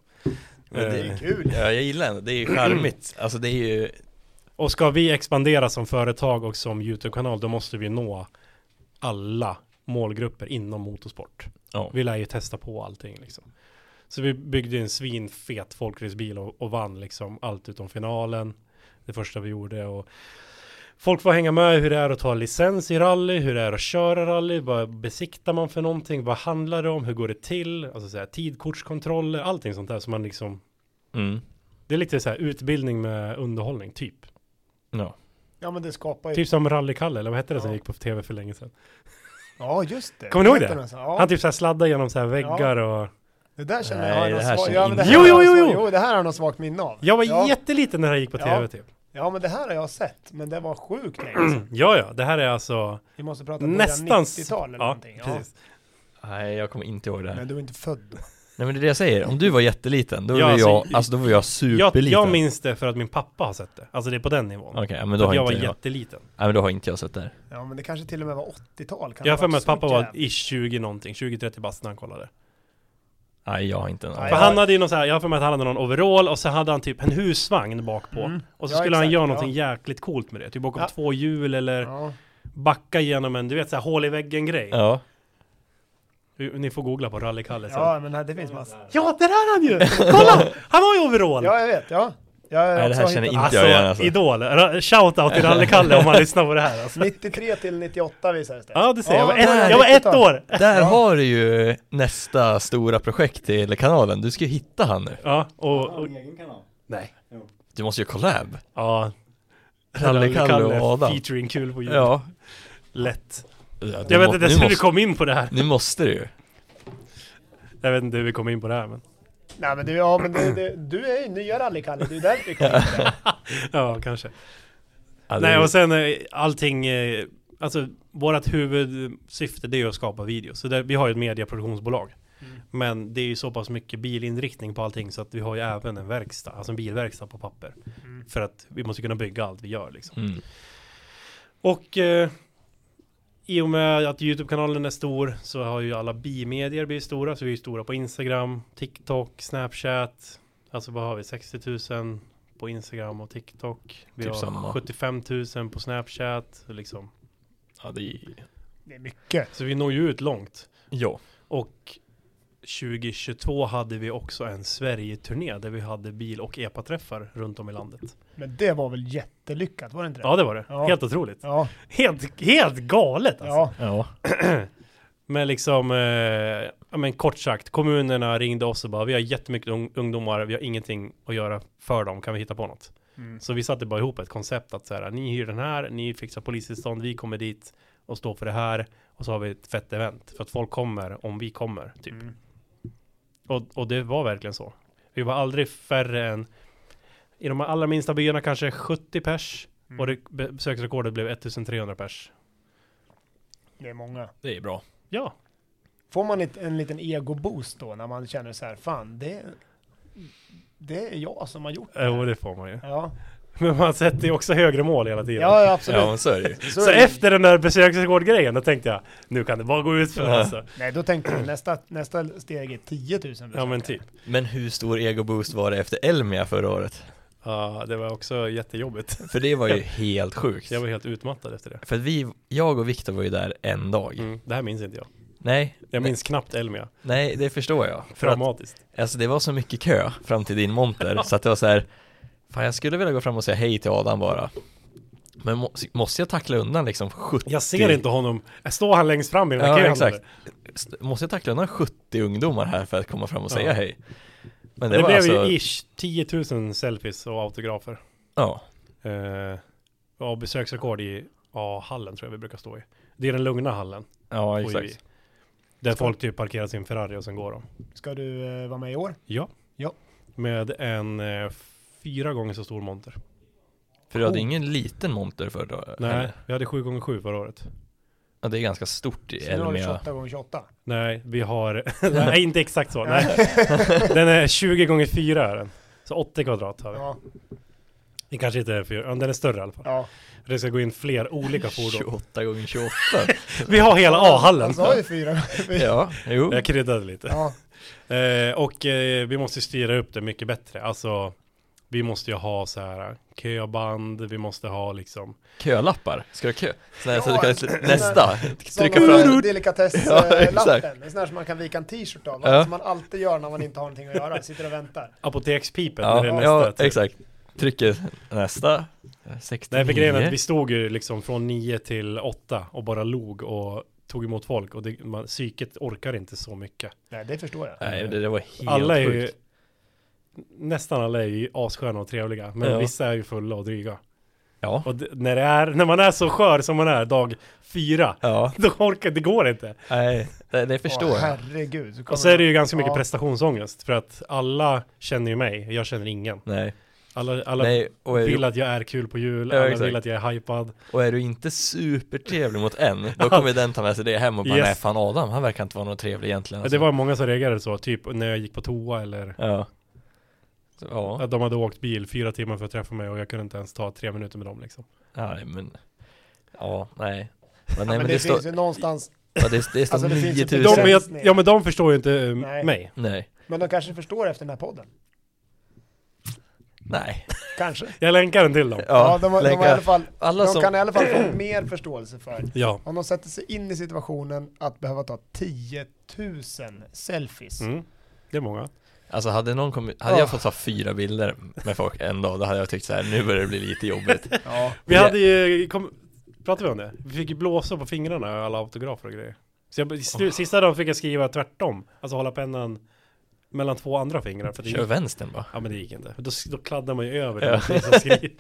Speaker 3: Eh,
Speaker 2: Men
Speaker 1: Det
Speaker 2: det-
Speaker 1: är kul.
Speaker 2: Ja, jag gillar ändå, det är ju charmigt. Alltså det är ju,
Speaker 3: Och ska vi expandera som företag och som YouTube-kanal Då måste vi nå alla målgrupper inom motorsport
Speaker 2: ja.
Speaker 3: Vi lär ju testa på allting liksom Så vi byggde en svinfet folkracebil och, och vann liksom allt utom finalen Det första vi gjorde och Folk får hänga med hur det är att ta licens i rally, hur det är att köra rally, vad besiktar man för någonting, vad handlar det om, hur går det till, alltså så här, tidkortskontroller, allting sånt där som man liksom
Speaker 2: Mm.
Speaker 3: Det är lite så här utbildning med underhållning, typ.
Speaker 2: Ja.
Speaker 1: Ja, men det skapar ju...
Speaker 3: Typ som Rally-Kalle, eller vad hette det som
Speaker 1: Ja.
Speaker 3: gick på tv för länge sedan?
Speaker 1: Ja, just det.
Speaker 3: Kommer ni ihåg
Speaker 1: heter
Speaker 3: det?
Speaker 1: den så? Ja.
Speaker 3: Han typ så här sladdade genom så här väggar och...
Speaker 1: Det där känner
Speaker 2: Nej,
Speaker 1: jag har jag
Speaker 2: det
Speaker 1: något
Speaker 2: här
Speaker 1: svagt-
Speaker 2: känner
Speaker 1: ja, men det
Speaker 2: jag
Speaker 1: här
Speaker 3: inte.
Speaker 1: har jag
Speaker 3: Jo, jo,
Speaker 1: något
Speaker 3: jo,
Speaker 1: svagt-
Speaker 3: jo.
Speaker 1: Jo, det här har jag något svagt minne av.
Speaker 3: Jag var
Speaker 1: ja.
Speaker 3: jätteliten när det här gick på
Speaker 1: Ja.
Speaker 3: tv typ. [clears throat]
Speaker 1: ja, men det här har jag sett, men det var sjukt länge sedan.
Speaker 3: Ja, ja, det här är alltså
Speaker 1: Vi måste prata om
Speaker 3: nästan...
Speaker 1: 90-tal eller
Speaker 3: ja,
Speaker 1: någonting.
Speaker 3: precis.
Speaker 2: Nej, jag kommer inte ihåg det här.
Speaker 1: Men du är inte född då.
Speaker 2: Nej men det är det jag säger, om du var jätteliten, då var
Speaker 3: Ja, alltså,
Speaker 2: jag, alltså då var jag
Speaker 3: Jag,
Speaker 2: superliten.
Speaker 3: jag minns det för att min pappa har sett det. Alltså det är på den nivån.
Speaker 2: Okej, men då
Speaker 3: För
Speaker 2: har
Speaker 3: att jag var
Speaker 2: inte jag,
Speaker 3: jätteliten.
Speaker 2: nej men då har inte jag sett det här.
Speaker 1: Ja, men det kanske till och med var 80-tal. Kan
Speaker 3: Jag
Speaker 1: ha
Speaker 3: har för
Speaker 1: varit
Speaker 3: mig att
Speaker 1: så
Speaker 3: pappa var
Speaker 1: jävla-
Speaker 3: i 20 någonting, 20-30 bast när han kollade.
Speaker 2: Nej, jag har inte en aning.
Speaker 1: Nej,
Speaker 3: För
Speaker 1: jag-
Speaker 3: han hade ju någon så här, jag har för mig att han hade någon overall och så hade han typ en husvagn bak på.
Speaker 1: Mm.
Speaker 3: Och så
Speaker 1: Ja,
Speaker 3: skulle han
Speaker 1: exakt,
Speaker 3: göra
Speaker 1: ja.
Speaker 3: någonting jäkligt coolt med det. Typ åka på
Speaker 1: Ja.
Speaker 3: två hjul eller
Speaker 1: Ja.
Speaker 3: backa genom en, du vet så här hål i väggen grej.
Speaker 2: Ja.
Speaker 3: Ni får googla på rallykalle sen.
Speaker 1: ja, men här, det finns massor.
Speaker 3: Ja, där är han ju! Kolla! Han har ju overall!
Speaker 1: Ja, jag vet. Ja. Jag har
Speaker 2: Nej, det här
Speaker 1: också
Speaker 2: känner
Speaker 1: hittat-
Speaker 2: jag inte
Speaker 3: alltså,
Speaker 2: jag igen alltså.
Speaker 3: idol! Ra- Shoutout till Rally-Kalle om han lyssnar på det här alltså.
Speaker 1: 93 till 98 visades det.
Speaker 3: Ja, du ser, jag
Speaker 1: Ja,
Speaker 3: var
Speaker 1: det
Speaker 3: ett,
Speaker 1: är
Speaker 3: jag var ett
Speaker 1: riktigt
Speaker 3: år!
Speaker 2: Där har du ju nästa stora projekt till kanalen, du ska ju hitta han nu.
Speaker 3: Ja, och... och
Speaker 4: egen kanal.
Speaker 3: nej.
Speaker 2: Du måste ju collab.
Speaker 3: Ja.
Speaker 2: Rally-Kalle och Adam.
Speaker 3: featuring kul på jul.
Speaker 2: Ja.
Speaker 3: Lätt.
Speaker 2: Ja, du
Speaker 3: Jag vet
Speaker 2: må-
Speaker 3: inte ens
Speaker 2: nu
Speaker 3: hur vi
Speaker 2: måste-
Speaker 3: kom in på det här.
Speaker 2: Nu måste du ju.
Speaker 3: Jag vet inte hur vi kom in på det här men...
Speaker 1: Nej, men, du, ja, men du, du, du är ju nya rallykalle. Det är ju därför vi kom in på det.
Speaker 3: Ja, kanske.
Speaker 2: Ja, det-
Speaker 3: Nej, och sen eh, allting... eh, Alltså, vårt huvudsyfte det är ju att skapa video. Så där, vi har ju ett medieproduktionsbolag.
Speaker 1: Mm.
Speaker 3: Men det är ju så pass mycket bilinriktning på allting så att vi har ju även en verkstad, alltså en bilverkstad på papper.
Speaker 1: Mm,
Speaker 3: För att vi måste kunna bygga allt vi gör liksom.
Speaker 2: Mm.
Speaker 3: Och eh, i och med att YouTube-kanalen är stor så har ju alla bimedier blivit stora. Så vi är ju stora på Instagram, TikTok, Snapchat. Alltså vad har vi? 60 000 på Instagram och TikTok. Vi
Speaker 2: Typ
Speaker 3: har
Speaker 2: samma.
Speaker 3: 75 000 på Snapchat. Liksom.
Speaker 2: Ja, det är...
Speaker 1: Det är mycket.
Speaker 3: Så vi når ju ut långt.
Speaker 2: Ja.
Speaker 3: Och 2022 hade vi också en Sverige-turné där vi hade bil och EPA-träffar runt om i landet.
Speaker 1: Men det var väl jättelyckat, var det inte det?
Speaker 3: Ja, Alltså. det var det.
Speaker 1: Ja.
Speaker 3: Helt otroligt.
Speaker 1: Ja.
Speaker 3: Helt, helt galet alltså.
Speaker 1: ja.
Speaker 2: Ja.
Speaker 3: Men liksom, eh, ja, men kort sagt, kommunerna ringde oss och bara vi har jättemycket ung- ungdomar, vi har ingenting att göra för dem, kan vi hitta på något?
Speaker 1: Mm.
Speaker 3: Så vi satte bara ihop ett koncept att så här, ni hyr den här, ni fixar polistillstånd, vi kommer dit och står för det här och så har vi ett fett event för att folk kommer om vi kommer typ.
Speaker 1: Mm.
Speaker 3: Och, och det var verkligen så. Vi var aldrig färre än i de allra minsta byarna kanske 70 pers
Speaker 1: Mm.
Speaker 3: och det, be- besöksrekordet blev 1300 pers.
Speaker 1: Det är många.
Speaker 2: Det är bra.
Speaker 3: Ja,
Speaker 1: Får man ett, en liten ego-boost då när man känner så här, fan det, det är jag som har gjort det.
Speaker 3: jo
Speaker 1: här.
Speaker 3: Eh, det får man ju.
Speaker 1: Ja,
Speaker 3: Men man sätter ju också högre mål hela tiden.
Speaker 1: ja absolut.
Speaker 2: Ja, men så är det ju.
Speaker 1: Så
Speaker 3: Så,
Speaker 1: är det.
Speaker 3: efter den där besöksrekordgrejen, då tänkte jag nu kan det bara gå ut för
Speaker 2: Ja.
Speaker 3: alltså.
Speaker 1: Nej, då tänkte jag nästa, nästa steg är 10 000 besökare.
Speaker 3: Ja men typ.
Speaker 2: Men hur stor egoboost var det efter Elmia förra året?
Speaker 3: Ja, det var också jättejobbigt.
Speaker 2: För det var ju helt sjukt.
Speaker 3: Jag var helt utmattad efter det.
Speaker 2: För att vi, jag och Viktor var ju där en dag.
Speaker 3: Mm, det här minns inte jag.
Speaker 2: Nej,
Speaker 3: Jag minns knappt Elmia.
Speaker 2: nej, det förstår jag. För att,
Speaker 3: Dramatiskt.
Speaker 2: alltså det var så mycket kö fram till din monter, så att det var så här, fan jag skulle vilja gå fram och säga hej till Adam bara. Men må, måste jag tackla undan liksom 70?
Speaker 3: Jag ser inte honom. Står han längst fram i den här
Speaker 2: Ja,
Speaker 3: kön?
Speaker 2: exakt. St- Måste jag tackla undan 70 ungdomar här för att komma fram och säga
Speaker 3: Ja.
Speaker 2: hej? Men
Speaker 3: Det,
Speaker 2: det, var
Speaker 3: blev
Speaker 2: alltså,
Speaker 3: ju ish 10 000 selfies och autografer.
Speaker 2: ja,
Speaker 3: Eh, och besöksrekord i A-hallen tror jag vi brukar stå i. Det är den lugna hallen.
Speaker 2: ja
Speaker 3: på
Speaker 2: exakt.
Speaker 3: UV. Där folk typ parkerar sin Ferrari och sen går de.
Speaker 1: Ska du eh, vara med i år?
Speaker 3: Ja.
Speaker 1: Ja.
Speaker 3: Med en eh, fyra gånger så stor monter.
Speaker 2: För du hade
Speaker 1: Oh.
Speaker 2: ingen liten monter förr då?
Speaker 3: Nej,
Speaker 2: eller?
Speaker 3: vi hade 7 gånger 7 förra året.
Speaker 2: Ja, det är ganska stort i
Speaker 1: Så nu har du
Speaker 2: Elmia.
Speaker 1: 28 gånger 28.
Speaker 3: Nej, vi [laughs] har... nej, inte exakt så. Nej. den är 20 gånger 4 är den. Så 80 kvadrat har vi.
Speaker 1: Ja,
Speaker 3: Det kanske inte är 4, den är större i alla fall.
Speaker 1: ja.
Speaker 3: För det ska gå in fler [laughs] olika fordon.
Speaker 2: 28 gånger 28.
Speaker 3: [laughs] Vi har hela A-hallen.
Speaker 1: Han sa ju Alltså, fyra gånger fyra.
Speaker 2: ja, jo.
Speaker 3: Jag kryddade
Speaker 1: [laughs]
Speaker 3: lite.
Speaker 1: Ja,
Speaker 3: Eh, och eh, vi måste styra upp det mycket bättre. Alltså, vi måste ju ha så här köband, vi måste ha liksom...
Speaker 2: Kölappar, ska du ha kö? Sån här, så
Speaker 1: Ja,
Speaker 2: du kan, nästa,
Speaker 1: [laughs]
Speaker 2: trycka
Speaker 1: sådana
Speaker 2: fram. Ja,
Speaker 1: Delikatesslappen,
Speaker 2: exakt.
Speaker 1: en sån här som man kan vika en t-shirt av,
Speaker 2: Ja.
Speaker 1: som man alltid gör när man inte har någonting att göra, sitter och väntar.
Speaker 3: Apotekspipen, när
Speaker 2: Ja,
Speaker 3: det är
Speaker 2: ja
Speaker 3: nästa. typ.
Speaker 2: exakt. Trycker nästa.
Speaker 3: Nej,
Speaker 2: 69.
Speaker 3: för grejen är att vi stod ju liksom från 9 till 8 och bara log och tog emot folk och det, man, psyket orkar inte så mycket.
Speaker 1: Nej, det förstår jag.
Speaker 2: Nej, det, det var helt
Speaker 3: alla är ju,
Speaker 2: sjukt.
Speaker 3: nästan alla är ju assköna och trevliga, men
Speaker 2: Ja.
Speaker 3: vissa är ju fulla och dryga.
Speaker 2: Ja.
Speaker 3: Och d- när, det är, när man är så skör som man är dag fyra, [laughs]
Speaker 2: Ja,
Speaker 3: då orkar det går inte.
Speaker 2: nej, det, det förstår
Speaker 1: Åh,
Speaker 2: jag.
Speaker 1: herregud. Så kommer
Speaker 3: Och så är det ju ganska mycket
Speaker 1: Ja.
Speaker 3: prestationsångest, för att alla känner ju mig, jag känner ingen.
Speaker 2: Nej,
Speaker 3: Alla, alla
Speaker 2: nej och, är
Speaker 3: vill
Speaker 2: du,
Speaker 3: att jag är kul på jul,
Speaker 2: Ja,
Speaker 3: alla
Speaker 2: exakt.
Speaker 3: vill att jag är hypad.
Speaker 2: och är du inte supertrevlig mot en, då kommer den ta med sig det hem och bara
Speaker 3: Yes.
Speaker 2: nej fan Adam, han verkar inte vara någon trevlig egentligen. alltså."
Speaker 3: Det var många som reagerade så, typ när jag gick på toa eller
Speaker 2: Ja. Så, Ja.
Speaker 3: att de hade åkt bil fyra timmar för att träffa mig och jag kunde inte ens ta tre minuter med dem liksom.
Speaker 2: Ja, nej, men Ja, nej. Men,
Speaker 1: Ja,
Speaker 2: nej,
Speaker 1: men
Speaker 2: men
Speaker 1: det,
Speaker 2: det står
Speaker 1: finns ju någonstans,
Speaker 2: ja, det, det står
Speaker 1: Alltså, det finns ju
Speaker 2: 9000.
Speaker 1: inte-
Speaker 3: De,
Speaker 1: Tusen.
Speaker 3: jag, ja men de förstår ju inte eh,
Speaker 1: Nej.
Speaker 3: mig.
Speaker 2: Nej.
Speaker 1: men de kanske förstår efter den här podden.
Speaker 2: Nej.
Speaker 1: Kanske.
Speaker 3: Jag länkar den till dem.
Speaker 1: Ja, de, har- de, har i
Speaker 2: länkar.
Speaker 1: alla fall,
Speaker 2: alla
Speaker 1: de
Speaker 2: som,
Speaker 1: kan i alla fall få mer förståelse för
Speaker 3: Ja.
Speaker 1: om de sätter sig in i situationen att behöva ta 10 000 selfies.
Speaker 3: Mm. Det är många.
Speaker 2: Alltså hade någon kommit, hade
Speaker 1: Ah.
Speaker 2: jag fått ta fyra bilder med folk en dag, då hade jag tyckt så här, nu börjar det bli
Speaker 1: [laughs]
Speaker 2: lite jobbigt.
Speaker 1: Ja.
Speaker 3: Vi
Speaker 2: Ja.
Speaker 3: hade ju, kom, pratade vi om det? Vi fick ju blåsa på fingrarna alla autografer och grejer. Så jag, slu- sista dagen fick jag skriva tvärtom, alltså hålla pennan mellan två andra fingrar. För det gick,
Speaker 2: Kör vänstern bara.
Speaker 3: ja men det gick inte. Då, då kladdar man ju över
Speaker 2: Ja.
Speaker 3: [laughs] det. som skriver.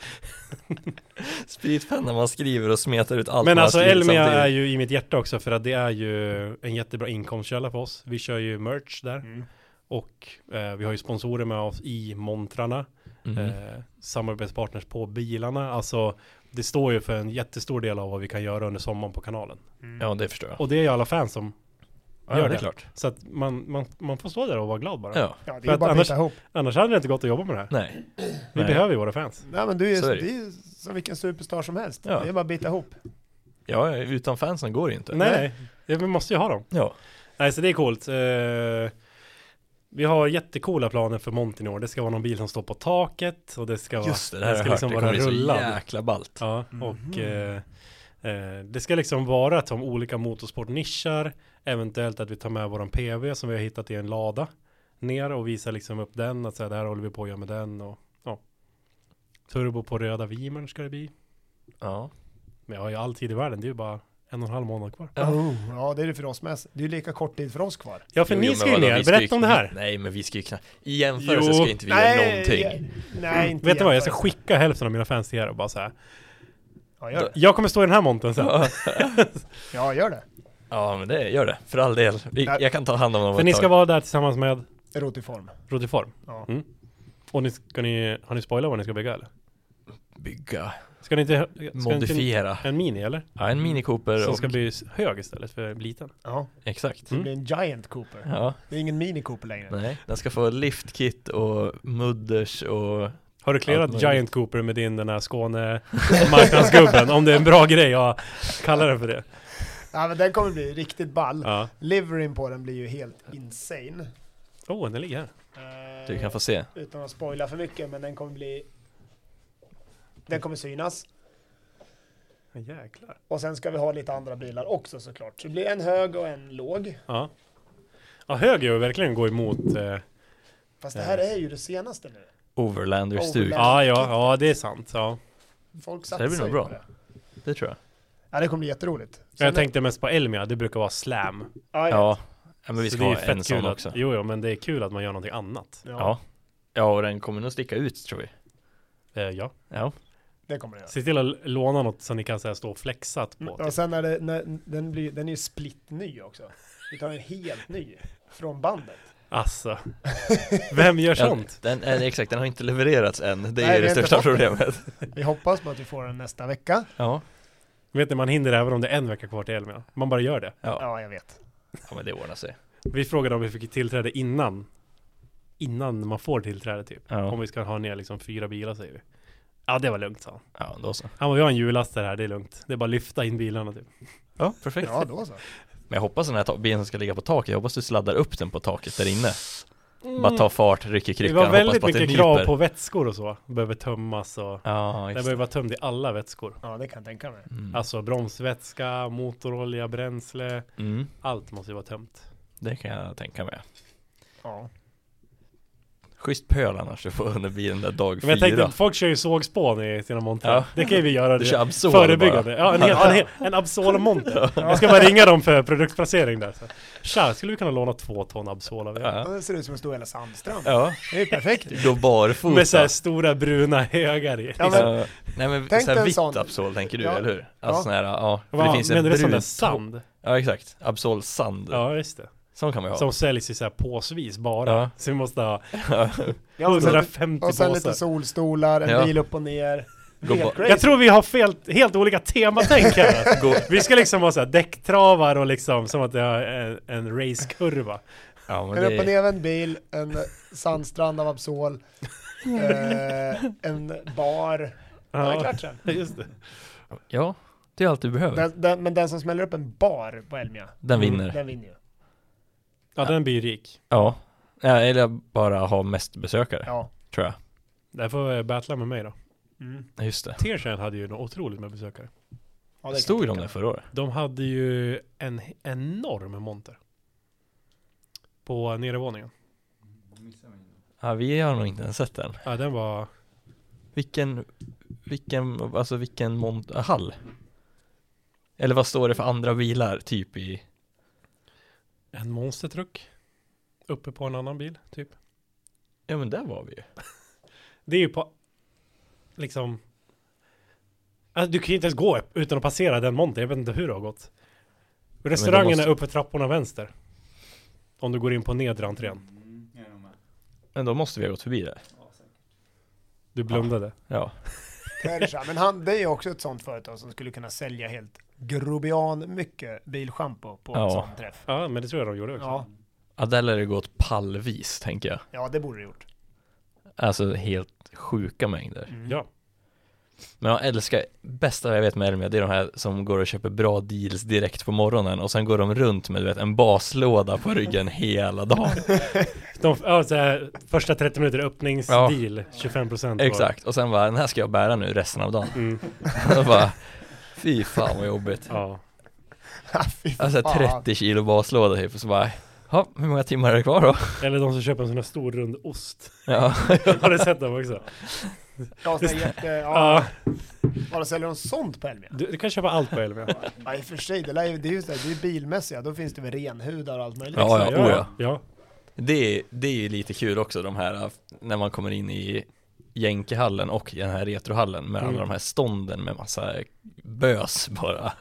Speaker 2: Spritpenna man skriver och smetar ut [laughs] allt
Speaker 3: Men
Speaker 2: man har
Speaker 3: alltså
Speaker 2: skrivit
Speaker 3: Elmia
Speaker 2: samtidigt.
Speaker 3: är ju i mitt hjärta också för att det är ju en jättebra inkomstkälla för oss. Vi kör ju merch där
Speaker 1: Mm.
Speaker 3: och eh, vi har ju sponsorer med oss i montrarna,
Speaker 2: Mhm.
Speaker 3: eh, samarbetspartners på bilarna. Alltså det står ju för en jättestor del av vad vi kan göra under sommaren på kanalen.
Speaker 1: Mm.
Speaker 2: Ja, det förstår jag.
Speaker 3: Och det är ju alla fans som
Speaker 2: Ja,
Speaker 3: gör
Speaker 2: det
Speaker 3: det.
Speaker 2: är klart.
Speaker 3: Så att man, man, man får stå där och vara glad bara.
Speaker 2: Ja,
Speaker 1: Ja, det
Speaker 3: För
Speaker 1: är ju
Speaker 3: att
Speaker 1: bara att
Speaker 3: annars-
Speaker 1: hitta ihop.
Speaker 3: Annars hade det inte gått att jobba med det här.
Speaker 2: nej.
Speaker 3: Vi
Speaker 2: Nej.
Speaker 3: behöver ju våra fans.
Speaker 1: Nej men du är ju
Speaker 2: Så är det.
Speaker 1: det är ju som vilken superstar som helst.
Speaker 2: Ja.
Speaker 1: Det är bara att bita ihop.
Speaker 2: Ja, utan fansen går det ju inte.
Speaker 3: Nej, nej. Ja, Vi måste ju ha dem.
Speaker 2: Ja.
Speaker 3: Nej, så det är coolt. Eh, vi har jättecoola planer för Montin i år. Det ska vara någon bil som står på taket och det ska vara...
Speaker 2: Just det, det här har
Speaker 3: ska
Speaker 2: jag hört.
Speaker 3: liksom
Speaker 2: Det
Speaker 3: vara
Speaker 2: kommer bli så
Speaker 3: rullad.
Speaker 2: jäkla ballt.
Speaker 3: Ja,
Speaker 1: Mhm.
Speaker 3: och eh, eh, det ska liksom vara som olika motorsportnischar. Eventuellt att vi tar med våran PV som vi har hittat i en lada ner och visar liksom upp den. Att säga, det här håller vi på att göra med den och ja. Turbo på röda Vimern ska det bli.
Speaker 2: Ja.
Speaker 3: Men jag har ju all tid i världen. Det är ju bara en och en halv månad kvar.
Speaker 2: Ja.
Speaker 1: Oh, ja det är det för oss med. Det är ju lika kort tid för oss kvar.
Speaker 3: Ja, för
Speaker 2: Jo, jo,
Speaker 3: ni
Speaker 2: men
Speaker 3: ska ju
Speaker 2: vadå,
Speaker 3: ner.
Speaker 2: vi ska
Speaker 3: Berätta
Speaker 2: ju-
Speaker 3: om det här.
Speaker 2: Nej, men vi ska ju knappt... I jämförelse
Speaker 3: Jo.
Speaker 2: ska inte vi göra någonting.
Speaker 1: jag- nej inte
Speaker 3: Vet du vad, jag
Speaker 1: jämfört.
Speaker 3: ska skicka hälften av mina fans till er och bara så här.
Speaker 1: Ja gör, det.
Speaker 3: Jag kommer stå i den här montern sen.
Speaker 1: ja, gör det.
Speaker 2: Ja, men det gör det. För all del. Vi,
Speaker 1: Nej.
Speaker 2: jag kan ta hand om dem
Speaker 3: För
Speaker 2: ett
Speaker 3: ni
Speaker 2: tag.
Speaker 3: ska vara där tillsammans med
Speaker 1: Rotiform.
Speaker 3: Rotiform.
Speaker 1: Ja.
Speaker 3: Mm. Och ni ska ni, har ni spoilat vad ni ska bygga eller?
Speaker 2: Bygga,
Speaker 3: Ska ni inte, ska Inte,
Speaker 2: modifiera.
Speaker 3: en mini eller?
Speaker 2: Ja, en Mini Cooper
Speaker 3: Som
Speaker 2: och...
Speaker 3: ska bli s- hög istället för liten.
Speaker 1: Ja,
Speaker 2: Exakt.
Speaker 1: det blir en Giant Cooper.
Speaker 2: Ja,
Speaker 1: Det är ingen Mini Cooper längre.
Speaker 2: nej. Den ska få liftkit och mudders och...
Speaker 3: Har du
Speaker 2: Allt
Speaker 3: clearat
Speaker 2: möjligt.
Speaker 3: Giant Cooper med din den här Skåne marknadsgubben? om det är en bra grej, jag kallar den för det.
Speaker 1: Ja, men den kommer bli riktigt ball.
Speaker 3: Ja.
Speaker 1: Liveryn på den blir ju helt insane.
Speaker 3: Oh, den ligger här.
Speaker 1: Eh,
Speaker 2: Du kan få se.
Speaker 1: Utan att spoila för mycket, men den kommer bli... Den kommer synas.
Speaker 3: Jäklar.
Speaker 1: Och sen ska vi ha lite andra bilar också såklart. Så det blir en hög och en låg.
Speaker 3: Ja. Ja, hög är ju verkligen gå emot. Eh,
Speaker 1: Fast det här är ju det senaste nu.
Speaker 2: Overlander-stug.
Speaker 1: Overlander.
Speaker 3: ja, ja, ja, det är sant. Ja.
Speaker 1: Folk
Speaker 2: det blir
Speaker 1: satsar
Speaker 2: nog
Speaker 1: ju
Speaker 2: bra.
Speaker 1: på det.
Speaker 2: Det tror jag.
Speaker 1: Ja, det kommer bli jätteroligt. Sen
Speaker 3: Jag tänkte mest på Elmia, det brukar vara slam.
Speaker 1: Ja, ja.
Speaker 2: Ja, ja men vi
Speaker 3: Så
Speaker 2: ska
Speaker 3: det är
Speaker 2: ha
Speaker 3: ju fett
Speaker 2: en
Speaker 3: kul
Speaker 2: sån
Speaker 3: att-
Speaker 2: också.
Speaker 3: Jo, jo, men det är kul att man gör någonting annat.
Speaker 2: Ja. ja, och den kommer nog sticka ut tror vi.
Speaker 3: Eh, ja.
Speaker 2: Ja,
Speaker 1: det kommer det göra.
Speaker 3: Se till att låna något som ni kan säga stå flexat på.
Speaker 1: Mm, Och sen är det, när, den, blir, den är ju splitt ny också. Vi tar en helt ny från bandet.
Speaker 3: Alltså, vem gör
Speaker 2: ja
Speaker 3: sånt?
Speaker 2: den, eh, exakt, den har inte levererats än. Det är
Speaker 1: Nej,
Speaker 2: ju
Speaker 1: vi
Speaker 2: det
Speaker 1: har inte
Speaker 2: största
Speaker 1: fått den.
Speaker 2: problemet.
Speaker 1: Vi hoppas på att vi får den nästa vecka.
Speaker 2: Ja.
Speaker 3: Vet ni, man hinner även om det är en vecka kvar till Elmia. Man bara gör det.
Speaker 2: Ja.
Speaker 1: Ja, jag vet.
Speaker 2: ja, men det ordnar sig.
Speaker 3: Vi frågade om vi fick tillträde innan. Innan man får tillträde typ. Om
Speaker 2: Ja,
Speaker 3: vi ska ha ner liksom fyra bilar säger vi. Ja, det var lugnt sa han.
Speaker 2: ja då så.
Speaker 3: Han bara, vi har en hjullastare här, det är lugnt. Det är bara att lyfta in bilarna typ.
Speaker 2: Ja, perfekt.
Speaker 1: Ja, då så.
Speaker 2: Men jag hoppas den här ta- bilen som ska ligga på taket, jag hoppas du sladdar upp den på taket där inne. Bara ta fart, rycker
Speaker 3: Mm. Det
Speaker 2: kryckan,
Speaker 3: var
Speaker 2: hoppas
Speaker 3: väldigt
Speaker 2: på att det
Speaker 3: mycket krav
Speaker 2: nyper.
Speaker 3: på vätskor och så. Behöver tömmas och...
Speaker 2: Ja,
Speaker 3: Det
Speaker 2: exakt.
Speaker 3: behöver vara tömd i alla vätskor.
Speaker 1: Ja, det kan jag tänka mig.
Speaker 2: Mm.
Speaker 3: Alltså bromsvätska, motorolja, bränsle.
Speaker 2: Mm.
Speaker 3: Allt måste ju vara tömt.
Speaker 2: Det kan jag tänka mig.
Speaker 1: Ja.
Speaker 2: Schysst pöl annars, du får under bli den där dag
Speaker 3: Men jag tänkte,
Speaker 2: fyra.
Speaker 3: att folk kör ju sågspån i sina montrar.
Speaker 2: Ja.
Speaker 3: Det kan ju vi göra.
Speaker 2: Du
Speaker 3: det-
Speaker 2: kör Absol
Speaker 3: Förebyggande.
Speaker 2: bara.
Speaker 3: Ja, en, hel, en, hel-
Speaker 2: [laughs]
Speaker 3: en Absol-monter. Jag ska bara ringa dem för produktplacering där. Så. Tja, skulle vi kunna låna två ton Absol av er?
Speaker 2: Ja.
Speaker 1: Det ser ut som en stor jävla sandstrand.
Speaker 2: ja.
Speaker 1: Det är ju perfekt.
Speaker 2: Du går barfota.
Speaker 3: Med så här stora bruna högar i.
Speaker 1: Ja, men-
Speaker 2: Ja. Nej men
Speaker 1: Tänk
Speaker 2: såhär
Speaker 1: dig en
Speaker 2: vitt
Speaker 1: sån.
Speaker 2: Absol tänker du
Speaker 1: Ja.
Speaker 2: eller hur?
Speaker 1: Ja.
Speaker 2: Alltså sån här, ja. För
Speaker 3: Vad
Speaker 2: det finns
Speaker 3: menar
Speaker 2: en
Speaker 3: du sån där
Speaker 2: brun
Speaker 3: sand?
Speaker 2: Ja exakt, Absol sand.
Speaker 3: Ja, just det.
Speaker 2: Sån kan man ju ha.
Speaker 3: Som säljs i så här påsvis bara.
Speaker 2: Ja.
Speaker 3: Så vi måste ha
Speaker 1: Ja, och sen,
Speaker 3: 150
Speaker 1: och sen lite
Speaker 3: påsar.
Speaker 1: solstolar, en
Speaker 2: Ja.
Speaker 1: bil upp och ner.
Speaker 2: Gå
Speaker 1: Helt
Speaker 2: ba-
Speaker 1: crazy.
Speaker 3: Jag tror vi har fel, helt olika tematänk här.
Speaker 2: [laughs]
Speaker 3: alltså.
Speaker 2: Gå,
Speaker 3: Vi ska liksom ha så här däcktravar och liksom som att det är en, en racekurva.
Speaker 2: ja, men
Speaker 1: En upp och
Speaker 2: det,
Speaker 1: ner en bil, en sandstrand av Absol, eh, en bar. Ja. det är klart sen.
Speaker 3: Just det.
Speaker 2: ja, det är allt du behöver.
Speaker 1: Den, den, men den som smäller upp en bar på Elmia, Mm,
Speaker 2: Den vinner.
Speaker 1: den vinner ju.
Speaker 3: Ja, den blir ju rik.
Speaker 2: Ja. ja. Eller bara ha mest besökare,
Speaker 1: Ja. Mm.
Speaker 2: tror jag.
Speaker 3: Där får jag battla med mig då.
Speaker 2: Ja, Just det.
Speaker 3: Tearshine hade ju något otroligt med besökare.
Speaker 1: ja det kan
Speaker 2: Stod
Speaker 1: jag
Speaker 2: de
Speaker 1: tycka.
Speaker 2: där förra året?
Speaker 3: De hade ju en h- enorm monter. På nedervåningen.
Speaker 2: Ja, vi har nog inte ens sett den.
Speaker 3: Ja, den var...
Speaker 2: Vilken, vilken, alltså vilken mont- äh, hall? Eller vad står det för andra bilar, typ i?
Speaker 3: En monstertruck. Uppe på en annan bil, typ.
Speaker 2: Ja men där var vi ju.
Speaker 3: Det är ju på... Liksom... Alltså, du kan ju inte ens gå upp utan att passera den montern. Jag vet inte hur det har gått. Restaurangen
Speaker 2: måste-
Speaker 3: är uppe trapporna vänster. Om du går in på nedre entrén.
Speaker 2: Men då måste vi ha gått förbi det.
Speaker 3: Du blundade.
Speaker 2: Ja.
Speaker 1: Persa. Men han, det är ju också ett sånt företag som skulle kunna sälja helt grobian mycket bilschampo på en
Speaker 2: Ja.
Speaker 1: sån träff.
Speaker 3: Ja, men det tror jag de gjorde också.
Speaker 1: Ja,
Speaker 2: Ja, där lär det gå åt pallvis, tänker jag.
Speaker 1: ja det borde du gjort. [laughs]
Speaker 2: Alltså helt sjuka mängder.
Speaker 3: ja.
Speaker 2: Men jag älskar, bästa jag vet med Elmia, det är de här som går och köper bra deals direkt på morgonen och sen går de runt med du vet, en baslåda på ryggen hela dagen.
Speaker 3: De, ja, så här, första 30 minuter öppningsdeal, 25% på-
Speaker 2: Exakt, och sen bara, den här ska jag bära nu resten av dagen.
Speaker 3: Mm,
Speaker 2: Och bara, fy fan vad jobbigt.
Speaker 3: ja.
Speaker 1: Ja, fy
Speaker 2: Alltså
Speaker 1: fan.
Speaker 2: 30 kilo baslåda typ, och så bara, ja, hur många timmar är det kvar då?
Speaker 3: Eller de som köper en sån här stor rund ost.
Speaker 2: [laughs] Ja,
Speaker 3: Har du sett dem också?
Speaker 1: Ja, sån här jätte, ja,
Speaker 3: Ja,
Speaker 1: bara säljer de sånt på Elmia?
Speaker 3: du, du kan köpa allt på Elmia.
Speaker 1: Ja, i och för sig, det, lär ju- det är ju så här, det är ju bilmässiga, då finns det väl renhudar och allt möjligt.
Speaker 2: Ja, ja. oh
Speaker 3: ja.
Speaker 2: det, är- det är ju lite kul också de här, när man kommer in i jänkehallen och i den här retrohallen med alla
Speaker 3: Mm.
Speaker 2: de här stånden med massa bös bara.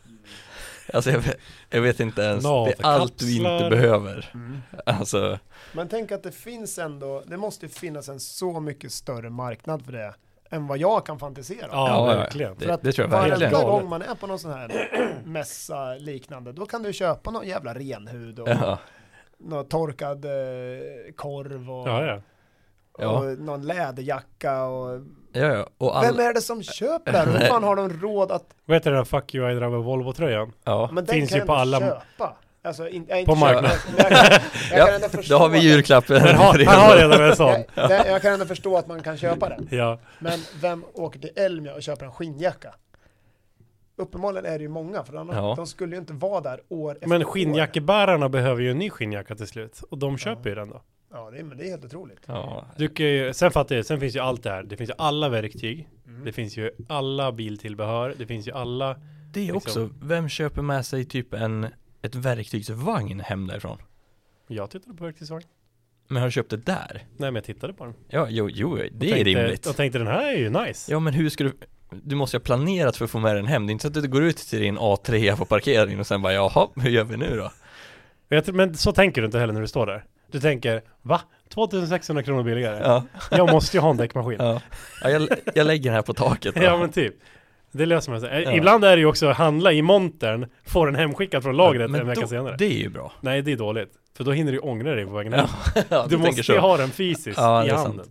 Speaker 2: Alltså jag vet, jag vet inte ens, det är allt du inte
Speaker 3: Navelkapslar.
Speaker 2: behöver.
Speaker 1: Mm.
Speaker 2: Alltså,
Speaker 1: Men tänk att det finns ändå, det måste ju finnas en så mycket större marknad för det än vad jag kan fantisera. om.
Speaker 3: Ja,
Speaker 2: ja, ja,
Speaker 3: verkligen.
Speaker 1: För
Speaker 2: det,
Speaker 1: att
Speaker 2: det tror jag
Speaker 1: varenda
Speaker 2: verkligen.
Speaker 3: Helt galet.
Speaker 1: gång man är på någon sån här [clears throat] mässa liknande, då kan du köpa någon jävla renhud och
Speaker 2: Ja,
Speaker 1: någon torkad eh, korv och,
Speaker 3: ja, ja.
Speaker 2: ja,
Speaker 1: och någon läderjacka och...
Speaker 2: ja, ja. och
Speaker 1: Vem
Speaker 2: alla,
Speaker 1: är det som köper det här? Hur fan har de råd att...
Speaker 3: Vad heter den där Fuck You I Drive a
Speaker 2: [laughs]
Speaker 3: Volvo-tröjan?
Speaker 2: ja.
Speaker 1: Men den
Speaker 3: Finns
Speaker 1: kan
Speaker 3: ju
Speaker 1: jag
Speaker 3: på
Speaker 1: ändå
Speaker 3: alla-
Speaker 1: köpa. Alltså, in, jag,
Speaker 3: På
Speaker 1: inte köpa,
Speaker 3: marknaden.
Speaker 1: men Jag,
Speaker 2: [laughs]
Speaker 1: kan- jag kan ändå förstå
Speaker 2: Då har vi
Speaker 1: att-
Speaker 2: julklappen.
Speaker 3: Den har, den har redan en sån.
Speaker 1: Jag, jag, jag kan ändå förstå att man kan köpa den.
Speaker 3: Ja.
Speaker 1: Men vem åker till Elmia och köper en skinnjacka? Uppenbarligen är det ju många, för de,
Speaker 2: Ja.
Speaker 1: de skulle ju inte vara där år efter
Speaker 3: Men
Speaker 1: år.
Speaker 3: skinnjackebärarna behöver ju en ny skinnjacka till slut. Och de köper ju den då.
Speaker 1: Ja, det är, men det är helt otroligt.
Speaker 2: Ja,
Speaker 3: Du kan ju, sen fattar jag, sen finns ju allt det här. Det finns ju alla verktyg. Det finns ju alla biltillbehör. Det finns ju alla...
Speaker 2: det är
Speaker 3: Liksom.
Speaker 2: också, vem köper med sig typ en, ett verktygsvagn hem därifrån?
Speaker 3: Jag tittade på verktygsvagn.
Speaker 2: Men har du köpt det där?
Speaker 3: Nej, men jag tittade på den.
Speaker 2: Ja, jo, jo det är
Speaker 3: tänkte,
Speaker 2: rimligt.
Speaker 3: Jag tänkte den här är ju nice.
Speaker 2: Ja, men hur ska du... Du måste ju ha planerat för att få med den hem. Det är inte så att du går ut till din A3 på parkeringen och sen bara jaha, hur gör vi nu då?
Speaker 3: Jag tror- Men så tänker du inte heller när du står där. Du tänker, va? 2600 kronor billigare?
Speaker 2: Ja, [laughs]
Speaker 3: Jag måste ju ha en däckmaskin.
Speaker 2: ja. ja jag, jag lägger den här på taket då.
Speaker 3: Ja men typ. Det löser man sig. Eh,
Speaker 2: Ja.
Speaker 3: Ibland är det ju också att handla i montern, få den hemskickad från lagret
Speaker 2: Men
Speaker 3: en vecka
Speaker 2: då-
Speaker 3: senare.
Speaker 2: Det är ju bra.
Speaker 3: Nej det är dåligt. För då hinner du ju ångra dig på vägen
Speaker 2: Ja,
Speaker 3: hem.
Speaker 2: Ja,
Speaker 3: Du
Speaker 2: tänker
Speaker 3: måste ju ha den fysiskt
Speaker 2: Ja,
Speaker 3: i
Speaker 2: det är
Speaker 3: handen.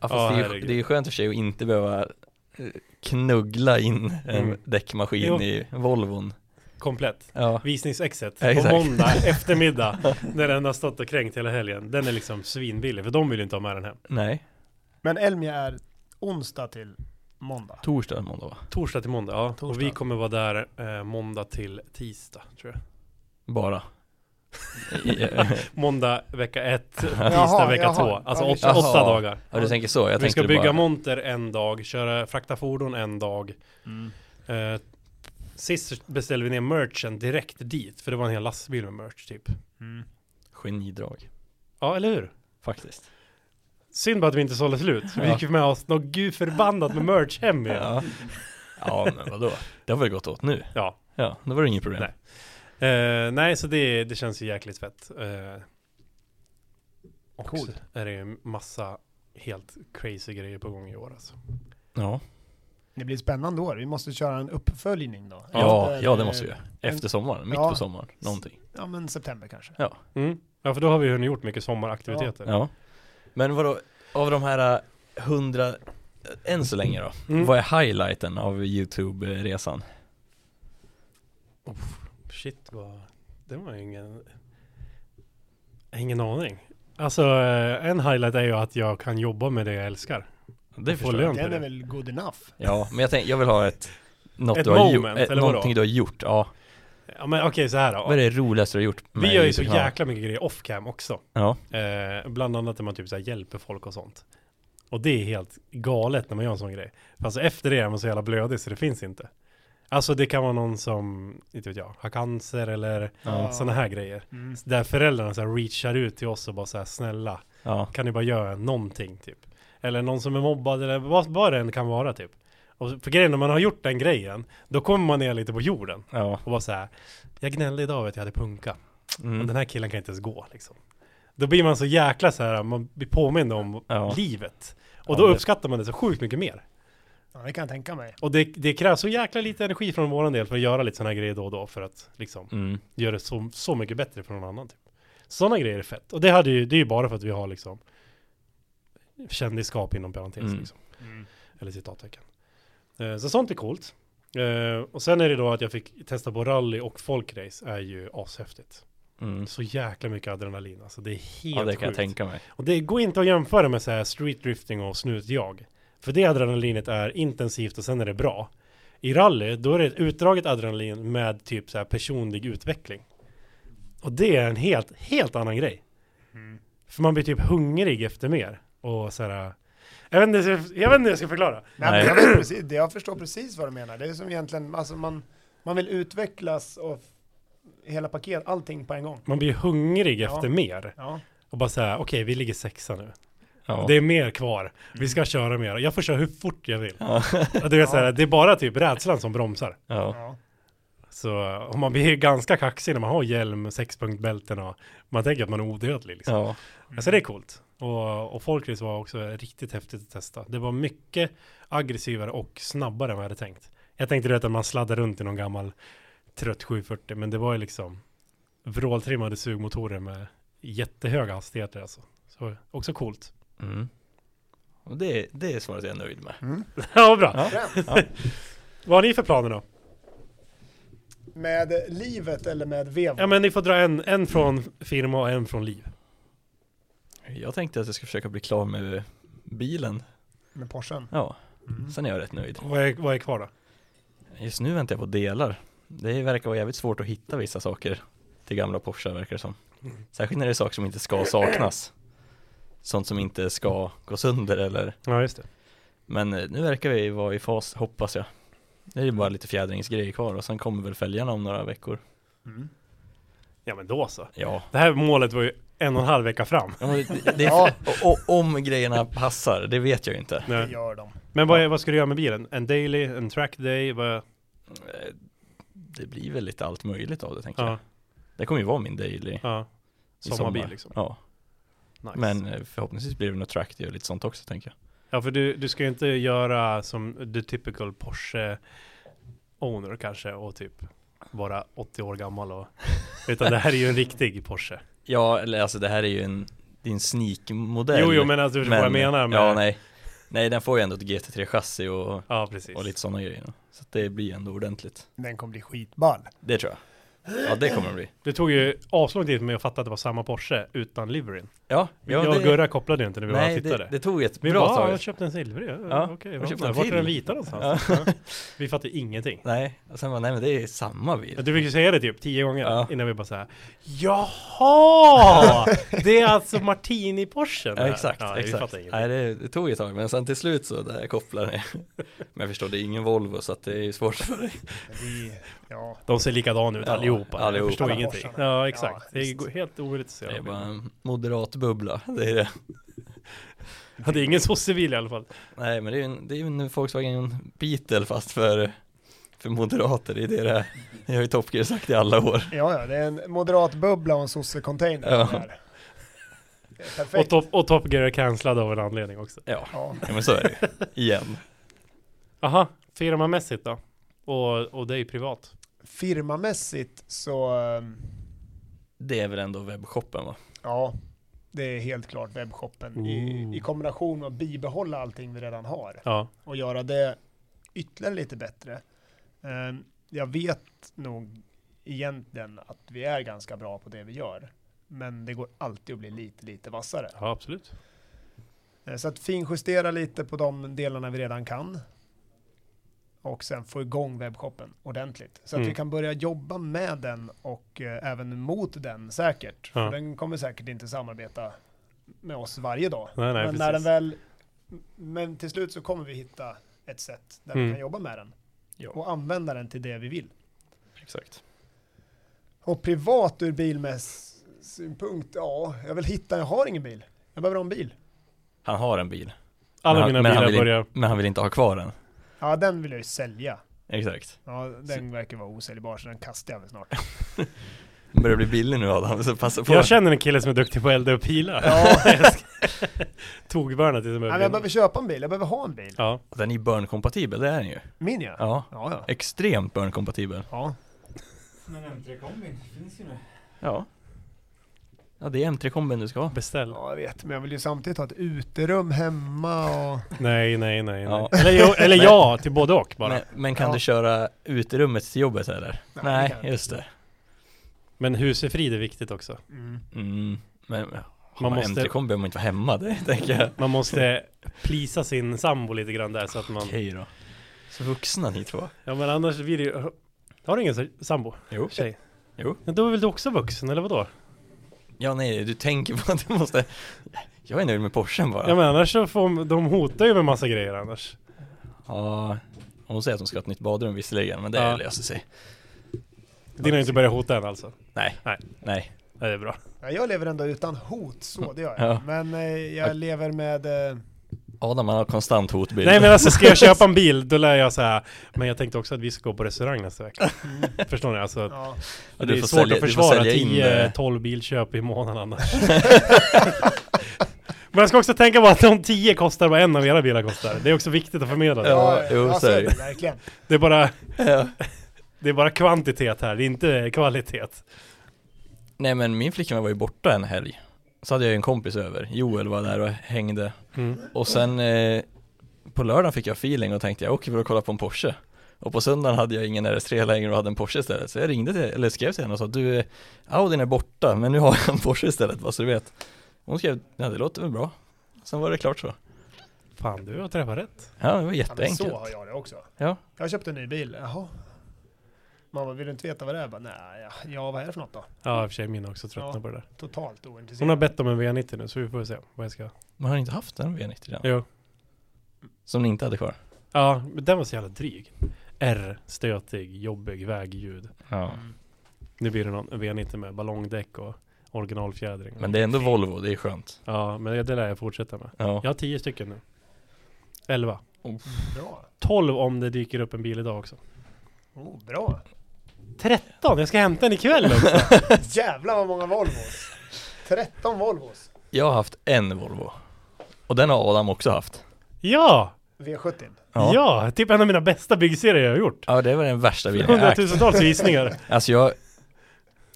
Speaker 2: Ja, fast
Speaker 3: Ja,
Speaker 2: det, är ju,
Speaker 3: herregud.
Speaker 2: det är ju skönt för sig att inte behöva eh, knuggla in en
Speaker 3: Mm.
Speaker 2: däckmaskin
Speaker 3: Jo.
Speaker 2: i Volvon.
Speaker 3: Komplett.
Speaker 2: Ja,
Speaker 3: Visningsexet
Speaker 2: Ja,
Speaker 3: på
Speaker 2: exakt. [laughs]
Speaker 3: måndag eftermiddag. när den har stått och kränkt hela helgen. Den är liksom svinbillig för de vill ju inte ha med den hem.
Speaker 2: nej.
Speaker 1: Men Elmia är onsdag till måndag.
Speaker 2: Torsdag eller måndag va?
Speaker 3: Torsdag till måndag, ja.
Speaker 1: Torsdag.
Speaker 3: [laughs] Och vi kommer vara där eh, måndag till tisdag tror jag.
Speaker 2: Bara.
Speaker 3: Måndag vecka [laughs] ett, tisdag
Speaker 1: Jaha,
Speaker 3: vecka
Speaker 1: jaha.
Speaker 3: två. Alltså
Speaker 1: Ja,
Speaker 3: åtta,
Speaker 2: visst.
Speaker 3: åtta
Speaker 2: Jaha.
Speaker 3: dagar.
Speaker 2: Ja du tänker så, jag
Speaker 3: Vi ska
Speaker 2: tänkte
Speaker 3: bygga
Speaker 2: bara,
Speaker 3: monter en dag, köra, frakta fordon en dag.
Speaker 4: Mm.
Speaker 3: Eh, sist beställde vi ner merchen direkt dit, för det var en hel lastbil med merch typ.
Speaker 4: Mm.
Speaker 2: genidrag
Speaker 3: Ja, eller hur?
Speaker 2: faktiskt.
Speaker 3: Synd bara att vi inte sålde slut. Vi
Speaker 2: Ja.
Speaker 3: gick ju med oss något gud förbannat med merch hem igen.
Speaker 2: Ja. ja men vadå, det har väl gått åt nu?
Speaker 3: Ja.
Speaker 2: Ja, då var det inget problem.
Speaker 3: Nej. Eh, nej, så det, det känns ju jäkligt fett. Eh, och
Speaker 1: Coolt.
Speaker 3: så är det ju massa helt crazy grejer på gång i år alltså.
Speaker 2: Ja,
Speaker 1: Det blir ett spännande år. Vi måste köra en uppföljning då.
Speaker 2: ja,
Speaker 1: Efter,
Speaker 2: ja det måste vi
Speaker 1: eh,
Speaker 2: göra. Efter sommaren, mitt
Speaker 1: Ja.
Speaker 2: på sommaren, någonting.
Speaker 1: Ja, men september kanske.
Speaker 3: Mm. Ja, för då har vi ju hunnit gjort mycket sommaraktiviteter.
Speaker 2: Ja. Men vadå, av de här eh, hundra, än så länge då,
Speaker 3: Mm.
Speaker 2: vad är highlighten av YouTube-resan?
Speaker 3: Shit, vad... Det var ju ingen... Ingen aning. Alltså, eh, en highlight är ju att jag kan jobba med det jag älskar.
Speaker 2: Det
Speaker 3: Får lön.
Speaker 1: Den är väl good enough.
Speaker 2: Ja, men jag tänkte, jag vill ha ett något
Speaker 3: Ett
Speaker 2: du har
Speaker 3: moment,
Speaker 2: gjort, ett,
Speaker 3: eller vadå?
Speaker 2: någonting du har gjort, ja.
Speaker 3: Ja, men okej, så här
Speaker 2: Vad
Speaker 3: då.
Speaker 2: är det roligaste du har gjort? med
Speaker 3: Vi gör ju så
Speaker 2: YouTube-kanalen?
Speaker 3: jäkla mycket grejer off-cam också.
Speaker 2: Ja,
Speaker 3: Eh, bland annat när man typ så här hjälper folk och sånt. Och det är helt galet när man gör en sån grej. För alltså efter det är man så jävla blödig så det finns inte. Alltså det kan vara någon som, inte vet jag, har cancer eller
Speaker 1: Ja.
Speaker 3: sådana här grejer.
Speaker 4: Mm.
Speaker 3: Där föräldrarna så här reachar ut till oss och bara så här snälla,
Speaker 2: ja,
Speaker 3: kan ni bara göra någonting typ? Eller någon som är mobbad eller vad, vad det än kan vara typ. Och för grejen när man har gjort den grejen, då kommer man ner lite på jorden
Speaker 2: ja.
Speaker 3: och bara så här, jag gnällde idag över att jag hade punka. Och
Speaker 2: Mm.
Speaker 3: den här killen kan inte ens gå liksom. Då blir man så jäkla så här, man blir påmind om
Speaker 2: Ja.
Speaker 3: livet.
Speaker 2: Ja,
Speaker 3: Och då
Speaker 2: det-
Speaker 3: uppskattar man det så sjukt mycket mer.
Speaker 1: Ja, det kan jag tänka mig.
Speaker 3: Och det, det krävs så jäkla lite energi från våran del för att göra lite sådana här grejer då och då för att liksom
Speaker 2: Mm.
Speaker 3: göra det så, så mycket bättre för någon annan. Typ. Sådana grejer är fett. Och det, hade ju, det är ju bara för att vi har liksom kändisskap inom parentes
Speaker 2: Mm.
Speaker 3: liksom.
Speaker 4: Mm.
Speaker 3: Eller citattecken. Eh, Så sånt är coolt. Eh, Och sen är det då att jag fick testa på rally och folkrace är ju ashäftigt.
Speaker 2: Mm.
Speaker 3: Så jäkla mycket adrenalin alltså. Det är helt
Speaker 2: Ja, det
Speaker 3: sjukt.
Speaker 2: kan jag tänka mig.
Speaker 3: Och det går inte att jämföra med så här street drifting och snutjag. För det adrenalinet är intensivt och sen är det bra. I rally, då är det ett utdraget adrenalin med typ så här personlig utveckling. Och det är en helt, helt annan grej.
Speaker 4: Mm.
Speaker 3: För man blir typ hungrig efter mer. Och så här, jag vet inte jag vet inte hur jag ska förklara.
Speaker 1: Nej, Men
Speaker 2: Nej.
Speaker 1: jag, vet precis, det- jag förstår precis vad du menar. Det är som egentligen, alltså man, man vill utvecklas och f- hela paket, allting på en gång.
Speaker 3: Man blir hungrig
Speaker 1: Ja.
Speaker 3: efter mer.
Speaker 1: Ja,
Speaker 3: Och bara så här, okej vi ligger sexa nu.
Speaker 2: Ja.
Speaker 3: Det är mer kvar. Vi ska köra mer. Jag får köra hur fort jag vill.
Speaker 2: Ja.
Speaker 3: Och det, är så här, det är bara typ rädslan som bromsar.
Speaker 2: Ja.
Speaker 1: ja.
Speaker 3: Så och man blir ju ganska kaxig när man har hjälm, sexpunktbälten och man tänker att man är odödlig. Liksom.
Speaker 2: Ja.
Speaker 3: Alltså det är coolt. Och, och folkrace var också riktigt häftigt att testa. Det var mycket aggressivare och snabbare än vad jag hade tänkt. Jag tänkte du vet att man sladdar runt i någon gammal trött 740, men det var ju liksom vråltrimmade sugmotorer med jättehöga hastigheter alltså. Så också coolt. [laughs]
Speaker 2: Mm. Och det, det är svaret jag är nöjd med.
Speaker 1: Mm.
Speaker 3: ja, bra.
Speaker 2: Ja.
Speaker 1: Främst.
Speaker 3: Vad har ni för planer då?
Speaker 1: Med livet eller med vev?
Speaker 3: Ja, men ni får dra en, en från firma och en från liv.
Speaker 2: Jag tänkte att jag ska försöka bli klar med bilen.
Speaker 1: Med Porschen?
Speaker 2: Ja, sen är jag rätt nöjd.
Speaker 3: Vad är, vad är kvar då?
Speaker 2: Just nu väntar jag på delar. Det verkar vara jävligt svårt att hitta vissa saker till gamla Porsche verkar det som. Särskilt när det är saker som inte ska saknas. Sånt som inte ska gå sönder eller
Speaker 3: Ja, just det.
Speaker 2: Men eh, nu verkar vi vara i fas, hoppas jag. Det är ju bara lite fjädringsgrejer kvar och sen kommer väl fälgarna om några veckor.
Speaker 1: Mm.
Speaker 3: Ja, men då så.
Speaker 2: Ja,
Speaker 3: Det här målet var ju en och en halv vecka fram.
Speaker 2: Ja, men det, det är,
Speaker 1: Ja.
Speaker 2: och, och om grejerna passar, det vet jag ju inte.
Speaker 1: Det
Speaker 3: Nej.
Speaker 1: gör de.
Speaker 3: Men vad, är, vad ska du göra med bilen? En daily, en track day? Vad,
Speaker 2: Eh, Det blir väl lite allt möjligt av det tänker jag.
Speaker 3: ja,
Speaker 2: Det kommer ju vara min daily. i
Speaker 3: ja. Sommarbil liksom.
Speaker 2: Ja,
Speaker 3: Nice.
Speaker 2: men eh, förhoppningsvis blir det något trackday och lite sånt också tänker jag.
Speaker 3: Ja, för du, du ska ju inte göra som the typical Porsche owner kanske och typ vara 80 år
Speaker 2: [laughs]
Speaker 3: gammal och utan det här är ju en riktig Porsche.
Speaker 2: Ja, eller alltså det här är ju en, det är en sneak-modell.
Speaker 3: Jo, jo, men alltså du förstår vad jag menar med.
Speaker 2: Ja, nej. Nej, den får ju ändå ett GT3-chassi och,
Speaker 3: ja precis.
Speaker 2: och lite sådana grejer. Så att det blir ändå ordentligt.
Speaker 1: Den kommer bli skitball.
Speaker 2: Det tror jag. Ja det kommer de bli.
Speaker 3: Det tog ju aslång tid för mig att fatta att det var samma Porsche utan liveryn.
Speaker 2: Ja, ja
Speaker 3: jag och
Speaker 2: det-
Speaker 3: Gurra kopplade ju inte när vi var och
Speaker 2: Nej,
Speaker 3: tittade.
Speaker 2: det, det tog ett
Speaker 3: vi
Speaker 2: bra
Speaker 3: bara, ah,
Speaker 2: tag.
Speaker 3: jag köpte en silvrig. Ja,
Speaker 2: Ja,
Speaker 3: Okej,
Speaker 2: jag
Speaker 3: vad
Speaker 2: köpte
Speaker 3: bra.
Speaker 2: en
Speaker 3: vart är
Speaker 2: till.
Speaker 3: den vita någonstans? Ja. [laughs] Vi fattade ingenting.
Speaker 2: Nej, och sen bara, nej men det är samma bil.
Speaker 3: Du fick ju säga det typ tio gånger
Speaker 2: Ja.
Speaker 3: innan vi bara såhär
Speaker 2: [laughs]
Speaker 3: Jaha! det är alltså Martini-Porschen
Speaker 2: Ja,
Speaker 3: där."
Speaker 2: exakt,
Speaker 3: ja, Vi
Speaker 2: exakt.
Speaker 3: fattade ingenting.
Speaker 2: Nej, det, det tog ett tag, men sen till slut så där jag kopplar det. [laughs] Men jag förstår, det är ingen Volvo så att det är ju svårt för dig.
Speaker 1: Vi- Ja.
Speaker 3: De ser likadana ut
Speaker 2: Ja,
Speaker 3: allihopa. Jag
Speaker 2: allihopa.
Speaker 3: förstår
Speaker 1: Alla
Speaker 3: ingenting.
Speaker 1: Porscharna.
Speaker 3: Ja, exakt.
Speaker 1: Ja,
Speaker 3: det är
Speaker 1: visst.
Speaker 3: go- helt omöjligt att se.
Speaker 2: Det är
Speaker 3: dem.
Speaker 2: bara en moderat bubbla, [laughs] det är det.
Speaker 3: Ja, det är ingen sossevil i alla fall.
Speaker 2: Nej, men det är ju en, det är ju en Volkswagen Beetle fast för, för moderater, det är det det är. Jag har ju Top Gear sagt i alla år.
Speaker 1: ja, ja, det är en moderat bubbla och en sossecontainer.
Speaker 2: Ja.
Speaker 1: där. Det är
Speaker 3: Och,
Speaker 1: Perfekt.
Speaker 3: top, och Top Gear är cancellad av en anledning också.
Speaker 2: Ja,
Speaker 1: Ja.
Speaker 2: ja men så är det
Speaker 3: [laughs]
Speaker 2: ju. Igen.
Speaker 3: Aha, firmamässigt då? Och, och det är ju privat.
Speaker 1: Firmamässigt så, ehm,
Speaker 2: Det är väl ändå webbshoppen va?
Speaker 1: ja, det är helt klart webbshoppen. I,
Speaker 3: Ooh.
Speaker 1: I kombination med att bibehålla allting vi redan har.
Speaker 3: Ja.
Speaker 1: och göra det ytterligare lite bättre. Eh, Jag vet nog egentligen att vi är ganska bra på det vi gör, men det går alltid att bli lite, lite vassare.
Speaker 3: ja, absolut.
Speaker 1: Eh, Så att finjustera lite på de delarna vi redan kan och sen få igång webbshoppen ordentligt så att
Speaker 3: Mm.
Speaker 1: vi kan börja jobba med den och eh, även mot den säkert. För
Speaker 3: Ja.
Speaker 1: den kommer säkert inte samarbeta med oss varje dag.
Speaker 3: Nej, nej,
Speaker 1: men, när den
Speaker 3: precis.
Speaker 1: väl, men till slut så kommer vi hitta ett sätt där
Speaker 3: Mm.
Speaker 1: vi kan jobba med den
Speaker 2: Ja.
Speaker 1: och använda den till det vi vill.
Speaker 2: Exakt.
Speaker 1: Och privat ur bilmäss synpunkt, ja, jag vill hitta, jag har ingen bil. Jag behöver ha en bil.
Speaker 2: Han har en bil.
Speaker 3: Alla
Speaker 2: Men han-
Speaker 3: mina
Speaker 2: men han
Speaker 3: bilar
Speaker 2: vill
Speaker 3: börjar...
Speaker 2: Men han vill inte ha kvar den.
Speaker 1: Ja, den vill jag ju sälja.
Speaker 2: Exakt.
Speaker 1: Ja, den verkar vara osäljbar så den kastar jag väl snart.
Speaker 2: Den börjar bli billig nu Adam, så passa på.
Speaker 3: Jag känner en kille som är duktig på att elda upp pilar. [laughs]
Speaker 1: Ja.
Speaker 3: Tokvärnet är som
Speaker 1: Nej, men jag behöver köpa en bil, jag behöver ha en bil.
Speaker 3: Ja,
Speaker 2: Den är ju burn-kompatibel, det är den ju.
Speaker 1: Min ja.
Speaker 2: Ja.
Speaker 1: Ja, ja.
Speaker 2: Extremt burn-kompatibel.
Speaker 1: ja.
Speaker 4: Men M3 kombin finns ju nu.
Speaker 2: Ja. Ja, det är M3-kombin du ska ha.
Speaker 3: beställ.
Speaker 1: ja, jag vet, men jag vill ju samtidigt ha ett uterum hemma och...
Speaker 3: Nej, nej, nej. nej.
Speaker 2: Ja.
Speaker 3: Eller, jo, eller
Speaker 2: Men-
Speaker 3: ja till både och bara.
Speaker 2: Men, men kan
Speaker 1: Ja.
Speaker 2: du köra uterummet till jobbet eller?
Speaker 1: Nej,
Speaker 2: Nej,
Speaker 1: det kan jag
Speaker 2: just det.
Speaker 3: Men husefrid är viktigt också.
Speaker 1: Mm.
Speaker 2: Mm, men
Speaker 3: Man
Speaker 2: man
Speaker 3: måste-
Speaker 2: måste... M3-kombi behöver man inte vara hemma, det [laughs] tänker jag.
Speaker 3: Man måste plisa sin sambo lite grann där så att man...
Speaker 2: Okej då. Så vuxna ni två.
Speaker 3: Ja men annars blir det ju... Har du ingen så- sambo?
Speaker 2: Jo.
Speaker 3: Tjej?
Speaker 2: Jo.
Speaker 3: Men då är väl du också vuxen eller vadå?
Speaker 2: Ja, nej, du tänker på att du måste... Jag är nöjd med Porschen bara.
Speaker 3: Ja men annars så får de hotar ju med massa grejer annars.
Speaker 2: Ja, hon säger att hon ska ha ett nytt badrum visserligen, men det
Speaker 3: Ja.
Speaker 2: löser sig.
Speaker 3: Din har inte börjat hota än alltså?
Speaker 2: Nej.
Speaker 3: Nej.
Speaker 2: Nej.
Speaker 3: Ja, det är bra.
Speaker 1: Ja, jag lever ändå utan hot, så det gör jag.
Speaker 2: Ja.
Speaker 1: Men eh, jag
Speaker 2: Ja.
Speaker 1: lever med... Eh,
Speaker 2: Adam, han har konstant hotbild.
Speaker 3: Nej men alltså ska
Speaker 2: [laughs]
Speaker 3: jag köpa en bil då lär jag så här. Men jag tänkte också att vi ska gå på restaurang nästa vecka. Förstår ni? Alltså
Speaker 1: Mm. ja.
Speaker 2: Ja,
Speaker 3: det
Speaker 2: du
Speaker 3: är
Speaker 2: får
Speaker 3: svårt
Speaker 2: sälja-
Speaker 3: att
Speaker 2: du får
Speaker 3: försvara
Speaker 2: sälja in, eh, [laughs]
Speaker 3: 10-12 bilköp i månaden annars. men jag ska också tänka på att de 10 kostar vad en av era bilar kostar. Det är också viktigt att förmedla det.
Speaker 2: Ja, jo,
Speaker 1: ja,
Speaker 2: så
Speaker 1: så är
Speaker 2: är
Speaker 1: det verkligen.
Speaker 3: Det är bara,
Speaker 2: Ja.
Speaker 3: det är bara kvantitet här, det är inte kvalitet.
Speaker 2: Nej men min flickvän var ju borta en helg Så hade jag ju en kompis över, Joel var där och hängde
Speaker 3: Mm.
Speaker 2: Och sen eh, på lördagen fick jag feeling och tänkte jag åker väl och kollar på en Porsche Och på söndagen hade jag ingen RS3 längre och hade en Porsche istället Så jag ringde till, eller skrev till henne och sa du eh, Audin är borta men nu har jag en Porsche istället vad så du vet Hon skrev, ja det låter väl bra Sen var det klart så
Speaker 3: Fan, du har träffat rätt.
Speaker 2: Ja det var
Speaker 1: Ja, men så
Speaker 2: jätteenkelt
Speaker 1: har jag det också.
Speaker 2: Ja.
Speaker 1: Jag köpte en ny bil, jaha. Mamma, vill du inte veta vad det är? Jag Bara, nej, ja, ja, vad är det för något då?
Speaker 3: Ja, i och för sig min också tröttnar
Speaker 1: Ja.
Speaker 3: på det där.
Speaker 1: Totalt ointresserad.
Speaker 3: Hon har bett om en V90 nu, så vi får se vad jag ska...
Speaker 2: Man har inte haft en V90 redan
Speaker 3: Jo.
Speaker 2: Som ni inte hade kvar
Speaker 3: Ja, men den var så jävla dryg. R, stötig, jobbig, vägljud.
Speaker 2: Ja
Speaker 1: Mm.
Speaker 3: Nu blir det någon V90 med ballongdäck och originalfjädring.
Speaker 2: Men det är ändå Volvo, det är skönt
Speaker 3: Ja, men det lär jag fortsätta med.
Speaker 2: Ja,
Speaker 3: Jag har 10 stycken nu. 11.
Speaker 1: Bra.
Speaker 3: 12 om det dyker upp en bil idag också.
Speaker 1: Oh, bra.
Speaker 3: 13! Jag ska hämta en
Speaker 2: [laughs]
Speaker 3: ikväll också.
Speaker 1: Jävlar vad många Volvos. 13 Volvos.
Speaker 2: jag har haft en Volvo Och den har Adam också haft
Speaker 3: ja!
Speaker 1: V70.
Speaker 3: ja!
Speaker 2: Ja.
Speaker 3: Typ en av mina bästa byggserier jag har gjort. typ-
Speaker 2: [laughs] Ja det var den värsta bilen jag ägt.
Speaker 3: Hundratusentals visningar.
Speaker 2: Alltså jag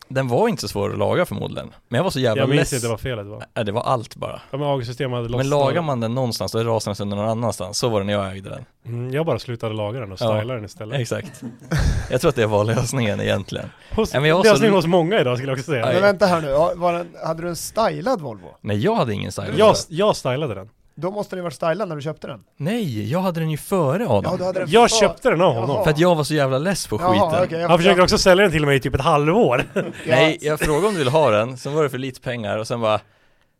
Speaker 2: Den var inte så svår att laga förmodligen. Men jag var så jävla
Speaker 3: Jag minns
Speaker 2: less.
Speaker 3: inte vad felet var.
Speaker 2: Ja, det var allt bara.
Speaker 3: Ja, men AG-system hade lossnat.
Speaker 2: Men lagar man den någonstans då rasar den sönder någon annanstans. Så var det när jag ägde den.
Speaker 3: Mm, jag bara slutade laga den och
Speaker 2: Ja.
Speaker 3: styla den istället.
Speaker 2: Exakt. Jag tror att det var lösningen egentligen.
Speaker 3: Hos,
Speaker 2: Ja, men jag var så-
Speaker 3: lösningen hos många idag skulle jag också säga.
Speaker 2: Nej.
Speaker 1: Men vänta här nu, har- var den, hade du en stylad Volvo?
Speaker 2: Nej, jag hade ingen style.
Speaker 3: Jag, jag stylade den.
Speaker 1: Då måste den ju varit stylad när du köpte den.
Speaker 2: Nej, jag hade den ju före Adam.
Speaker 1: du hade
Speaker 3: Jag
Speaker 1: för-
Speaker 3: köpte den av honom.
Speaker 1: Jaha.
Speaker 2: För att jag var så jävla less på skiten.
Speaker 1: Jaha, okej, jag-
Speaker 3: Han försöker också sälja den till mig i typ ett halvår.
Speaker 1: jag-
Speaker 2: Nej, jag frågade om du ville ha den, sen var det för lite pengar och sen bara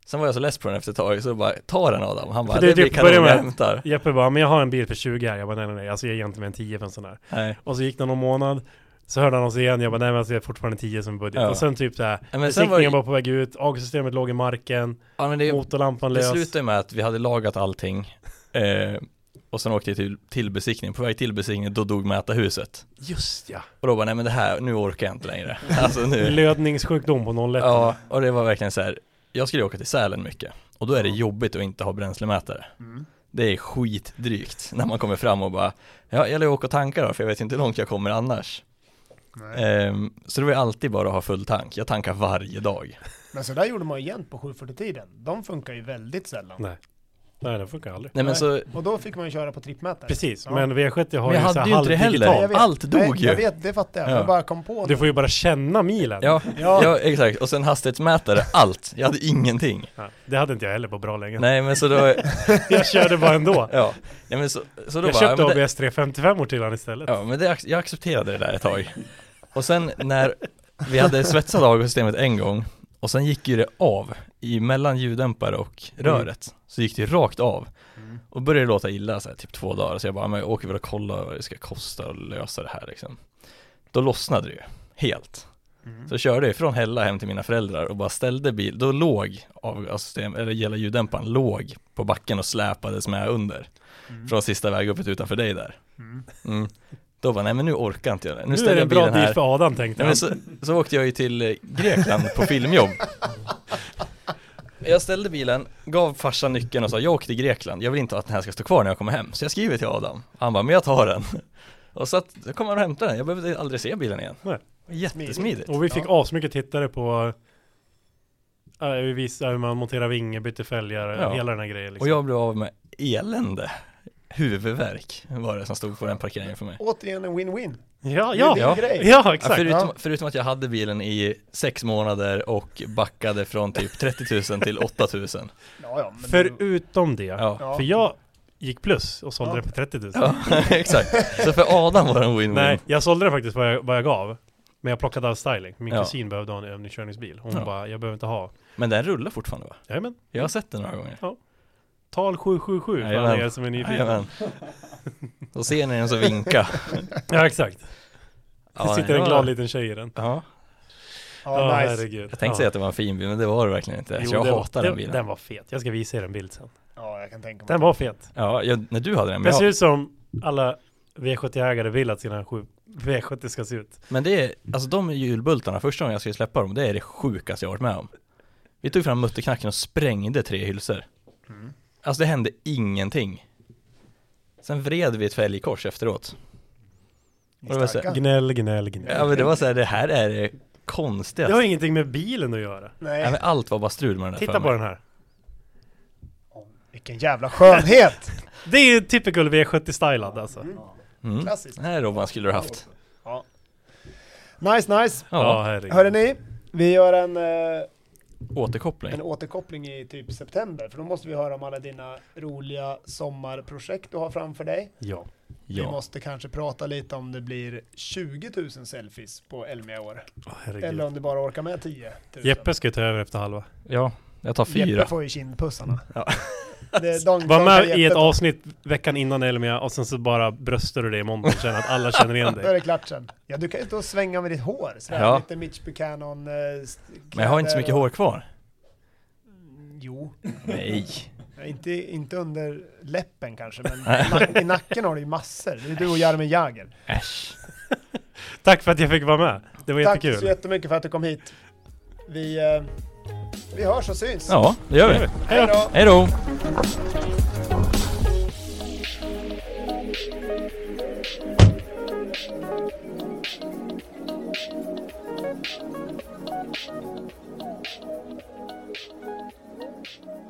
Speaker 2: Sen var jag så less på den efter ett tag, så bara ta den Adam. Han bara,
Speaker 3: För det
Speaker 2: det,
Speaker 3: är
Speaker 2: blir
Speaker 3: typ-
Speaker 2: kanon,
Speaker 3: börja
Speaker 2: jag
Speaker 3: med-
Speaker 2: hämtar.
Speaker 3: Jeppe bara, men jag har en bil för 20 här. Jag bara, nej nej nej, alltså jag ger inte mig en 10 för en sån här.
Speaker 2: Nej.
Speaker 3: Och så gick det någon månad, så hörde han oss igen. Jag bara, nej men alltså jag har fortfarande 10 som budget.
Speaker 2: Ja.
Speaker 3: Och sen typ såhär,
Speaker 2: Ja, Men sen
Speaker 3: besiktningen
Speaker 2: var
Speaker 3: var,
Speaker 2: det,
Speaker 3: på väg ut, AG-systemet låg i marken,
Speaker 2: ja, men det,
Speaker 3: motorlampan
Speaker 2: det
Speaker 3: lös.
Speaker 2: slutade med att vi hade lagat allting eh, och sen åkte jag till, till besiktning. På väg till besiktning, då dog mätarhuset.
Speaker 3: Just ja.
Speaker 2: Och då bara, nej men det här, nu orkar jag inte
Speaker 3: [laughs]
Speaker 2: längre. Alltså nu.
Speaker 3: Lödningssjukdom på 01.
Speaker 2: Ja, och det var verkligen så här, jag skulle åka till Sälen mycket och då är det jobbigt att inte ha bränslemätare.
Speaker 1: Mm.
Speaker 2: Det är skitdrygt när man kommer fram och bara, ja, jag lär åka och tanka då för jag vet inte hur långt jag kommer annars.
Speaker 3: Eh.
Speaker 1: Nej.
Speaker 2: Ehm, så det var ju alltid bara att ha full tank. Jag tankar varje dag.
Speaker 1: Men så där gjorde man ju jämt på 740-tiden. De funkar ju väldigt sällan.
Speaker 3: Nej. Nej, den funkar aldrig.
Speaker 2: Nej men
Speaker 1: Nej.
Speaker 2: så,
Speaker 1: Och då fick man ju köra på trippmätare.
Speaker 3: Precis,
Speaker 1: Ja.
Speaker 3: men V70 har
Speaker 2: Men jag
Speaker 3: ju
Speaker 2: hade
Speaker 3: såhär
Speaker 2: ju inte det heller.
Speaker 1: Nej, jag
Speaker 3: halvdigital.
Speaker 1: vet.
Speaker 2: Allt dog
Speaker 1: Nej,
Speaker 2: ju.
Speaker 1: Jag vet, det fattar jag.
Speaker 2: Ja.
Speaker 1: Jag bara kom på
Speaker 3: Du
Speaker 1: det.
Speaker 3: får ju bara känna milen.
Speaker 2: ja,
Speaker 1: Ja.
Speaker 2: ja. exakt. Och sen hastighetsmätare, allt. Jag hade ingenting.
Speaker 3: Ja, Det hade inte jag heller på bra länge.
Speaker 2: Nej men så då,
Speaker 3: [laughs] Jag körde bara ändå.
Speaker 2: ja. Nej men så, så då
Speaker 3: Jag
Speaker 2: bara, ja,
Speaker 3: köpte
Speaker 2: men det,
Speaker 3: ABS 355 or till han istället.
Speaker 2: ja men det, ac- jag accepterade det där ett tag. Och sen när vi hade svetsat av systemet en gång och sen gick ju det av i mellan ljuddämpare och
Speaker 3: Mm.
Speaker 2: röret. Så gick det ju rakt av. Och började låta illa så här, typ två dagar, så jag bara, men jag åker väl och kollar vad det ska kosta att lösa det här liksom. Då lossnade det ju, helt. Så körde jag från Hälla hem till mina föräldrar och bara ställde bil, då låg avgassystem, eller hela ljuddämparen låg på backen och släpades med under.
Speaker 3: Mm.
Speaker 2: Från sista väguppet utanför dig där. Mm. Då bara, nej men nu orkar inte jag det. Nu
Speaker 3: Nu är
Speaker 2: ställer
Speaker 3: det
Speaker 2: jag
Speaker 3: en bra
Speaker 2: bilen
Speaker 3: deal
Speaker 2: här.
Speaker 3: för Adam tänkte
Speaker 2: Nej,
Speaker 3: han.
Speaker 2: men så, så åkte jag ju till eh, Grekland på filmjobb. Jag ställde bilen, gav farsan nyckeln och sa jag åker till Grekland, jag vill inte att den här ska stå kvar när jag kommer hem. Så jag skriver till Adam, han bara, men jag tar den. Och så att, då kom han och hämtade den, jag behövde aldrig se bilen igen.
Speaker 3: Nej.
Speaker 2: Jättesmidigt.
Speaker 3: Och vi fick asmycket tittare på eh, vi visade hur man monterar vinge, bytte fälgar,
Speaker 2: Ja.
Speaker 3: hela den här grejen. Liksom.
Speaker 2: Och jag blev av med elände, huvudvärk var det som stod på den parkeringen för mig.
Speaker 1: Återigen en win-win. Det
Speaker 3: Ja,
Speaker 1: är
Speaker 3: ja,
Speaker 1: din
Speaker 2: Ja.
Speaker 1: grej.
Speaker 3: ja,
Speaker 2: Ja,
Speaker 3: exakt.
Speaker 2: förutom,
Speaker 1: ja.
Speaker 2: förutom att jag hade bilen i sex månader och backade från typ 30 000 till 8 000.
Speaker 1: Ja, ja, men du,
Speaker 3: Förutom det.
Speaker 2: Ja.
Speaker 1: ja.
Speaker 3: För jag gick plus och sålde
Speaker 1: Ja.
Speaker 3: den för 30 000.
Speaker 2: Ja, [laughs] exakt. Så för Adam var det en win-win.
Speaker 3: Nej, jag sålde den faktiskt vad jag, vad jag gav. Men jag plockade all styling. Min
Speaker 2: Ja.
Speaker 3: kusin behövde ha en övningskörningsbil. Hon
Speaker 2: Ja.
Speaker 3: bara, jag behöver inte ha.
Speaker 2: Men den rullar fortfarande va?
Speaker 3: Jajamän,
Speaker 2: Jag har sett den några gånger.
Speaker 3: tal 777 för
Speaker 2: Jajamän.
Speaker 3: alla er som är nyfikna.
Speaker 2: Jajamän. Då ser ni den så vinka.
Speaker 3: Ja, exakt.
Speaker 2: Ja,
Speaker 3: [laughs] det sitter
Speaker 2: det
Speaker 3: en
Speaker 2: var-
Speaker 3: glad liten tjej i den.
Speaker 2: Ja,
Speaker 1: ja,
Speaker 3: Ja,
Speaker 1: nice.
Speaker 3: herregud.
Speaker 2: jag tänkte
Speaker 3: ja.
Speaker 2: säga att det var en fin bil, men det var det verkligen inte.
Speaker 3: Jo,
Speaker 2: så jag
Speaker 3: det var-
Speaker 2: hatar
Speaker 3: det-
Speaker 2: den bilen.
Speaker 3: Den var fet. Jag ska visa er en bild sen.
Speaker 1: Ja, jag kan tänka mig.
Speaker 3: Den var fet.
Speaker 2: Ja, jag, när du hade den. Men,
Speaker 3: Den ser
Speaker 2: jag,
Speaker 3: ut som alla V70-ägare vill att sina sju V70 ska se ut.
Speaker 2: men det är, alltså de hjulbultarna, första gången jag skulle släppa dem, det är det sjukaste jag varit med om. Vi tog fram mutterknacken och sprängde tre hylsor. Alltså det hände ingenting. Sen vred vi ett fälgkors efteråt.
Speaker 1: Ni
Speaker 2: Och det var så
Speaker 1: starka.
Speaker 2: här,
Speaker 3: Gnäll, gnäll, gnäll.
Speaker 2: ja, men det var så här, det här är det
Speaker 3: det
Speaker 2: konstigaste.
Speaker 3: har ingenting med bilen att göra.
Speaker 2: Ja,
Speaker 1: Nej,
Speaker 2: men allt var bara strul med den där för
Speaker 3: Titta
Speaker 2: mig.
Speaker 3: på den här.
Speaker 1: vilken jävla
Speaker 2: [laughs]
Speaker 1: skönhet!
Speaker 3: Det är ju typical V70-stylad alltså.
Speaker 2: Mm.
Speaker 1: Klassiskt.
Speaker 2: Den här Robban skulle du haft.
Speaker 1: Nice, nice.
Speaker 2: Ja,
Speaker 3: Ja, herregud.
Speaker 1: Hörde ni? Vi gör en, eh,
Speaker 2: återkoppling.
Speaker 1: en återkoppling i typ september, för då måste vi höra om alla dina roliga sommarprojekt du har framför dig.
Speaker 3: Ja.
Speaker 1: Vi
Speaker 2: Ja.
Speaker 1: måste kanske prata lite om det blir 20 000 selfies på Elmia i år.
Speaker 3: Åh,
Speaker 1: Eller
Speaker 3: herregud.
Speaker 1: om du bara orkar med 10 000.
Speaker 3: Jeppe ska ju ta över efter halva.
Speaker 2: ja, jag tar fyra.
Speaker 1: Jeppe får ju kindpussarna.
Speaker 2: Ja.
Speaker 1: [laughs] Det är de-
Speaker 3: Var
Speaker 1: de kan
Speaker 3: med i
Speaker 1: Jeppe
Speaker 3: ett
Speaker 1: ta.
Speaker 3: avsnitt veckan innan Elmia och sen så bara bröstar du dig i montern sen att alla känner
Speaker 1: [laughs]
Speaker 3: igen
Speaker 1: Då är
Speaker 3: dig.
Speaker 1: det klart sen. Ja, du kan ju stå och svänga med ditt hår. Sådär,
Speaker 2: Ja.
Speaker 1: lite Mitch Buchanan. eh, st-
Speaker 2: Men jag har inte så
Speaker 1: kläder
Speaker 2: mycket
Speaker 1: och-
Speaker 2: hår kvar.
Speaker 1: Jo,
Speaker 2: Nej.
Speaker 1: ja, inte, inte under läppen kanske, men i nack- i nacken har du ju massor. Det är du och Jaromir Jagr.
Speaker 2: Äsch.
Speaker 3: Tack för att jag fick vara med. Det var
Speaker 1: Tack så
Speaker 3: jättekul.
Speaker 1: jättemycket för att du kom hit. Vi, eh, vi hörs och syns.
Speaker 2: Ja, det gör vi.
Speaker 1: Hej då!
Speaker 2: Hej då!
Speaker 5: Thank you.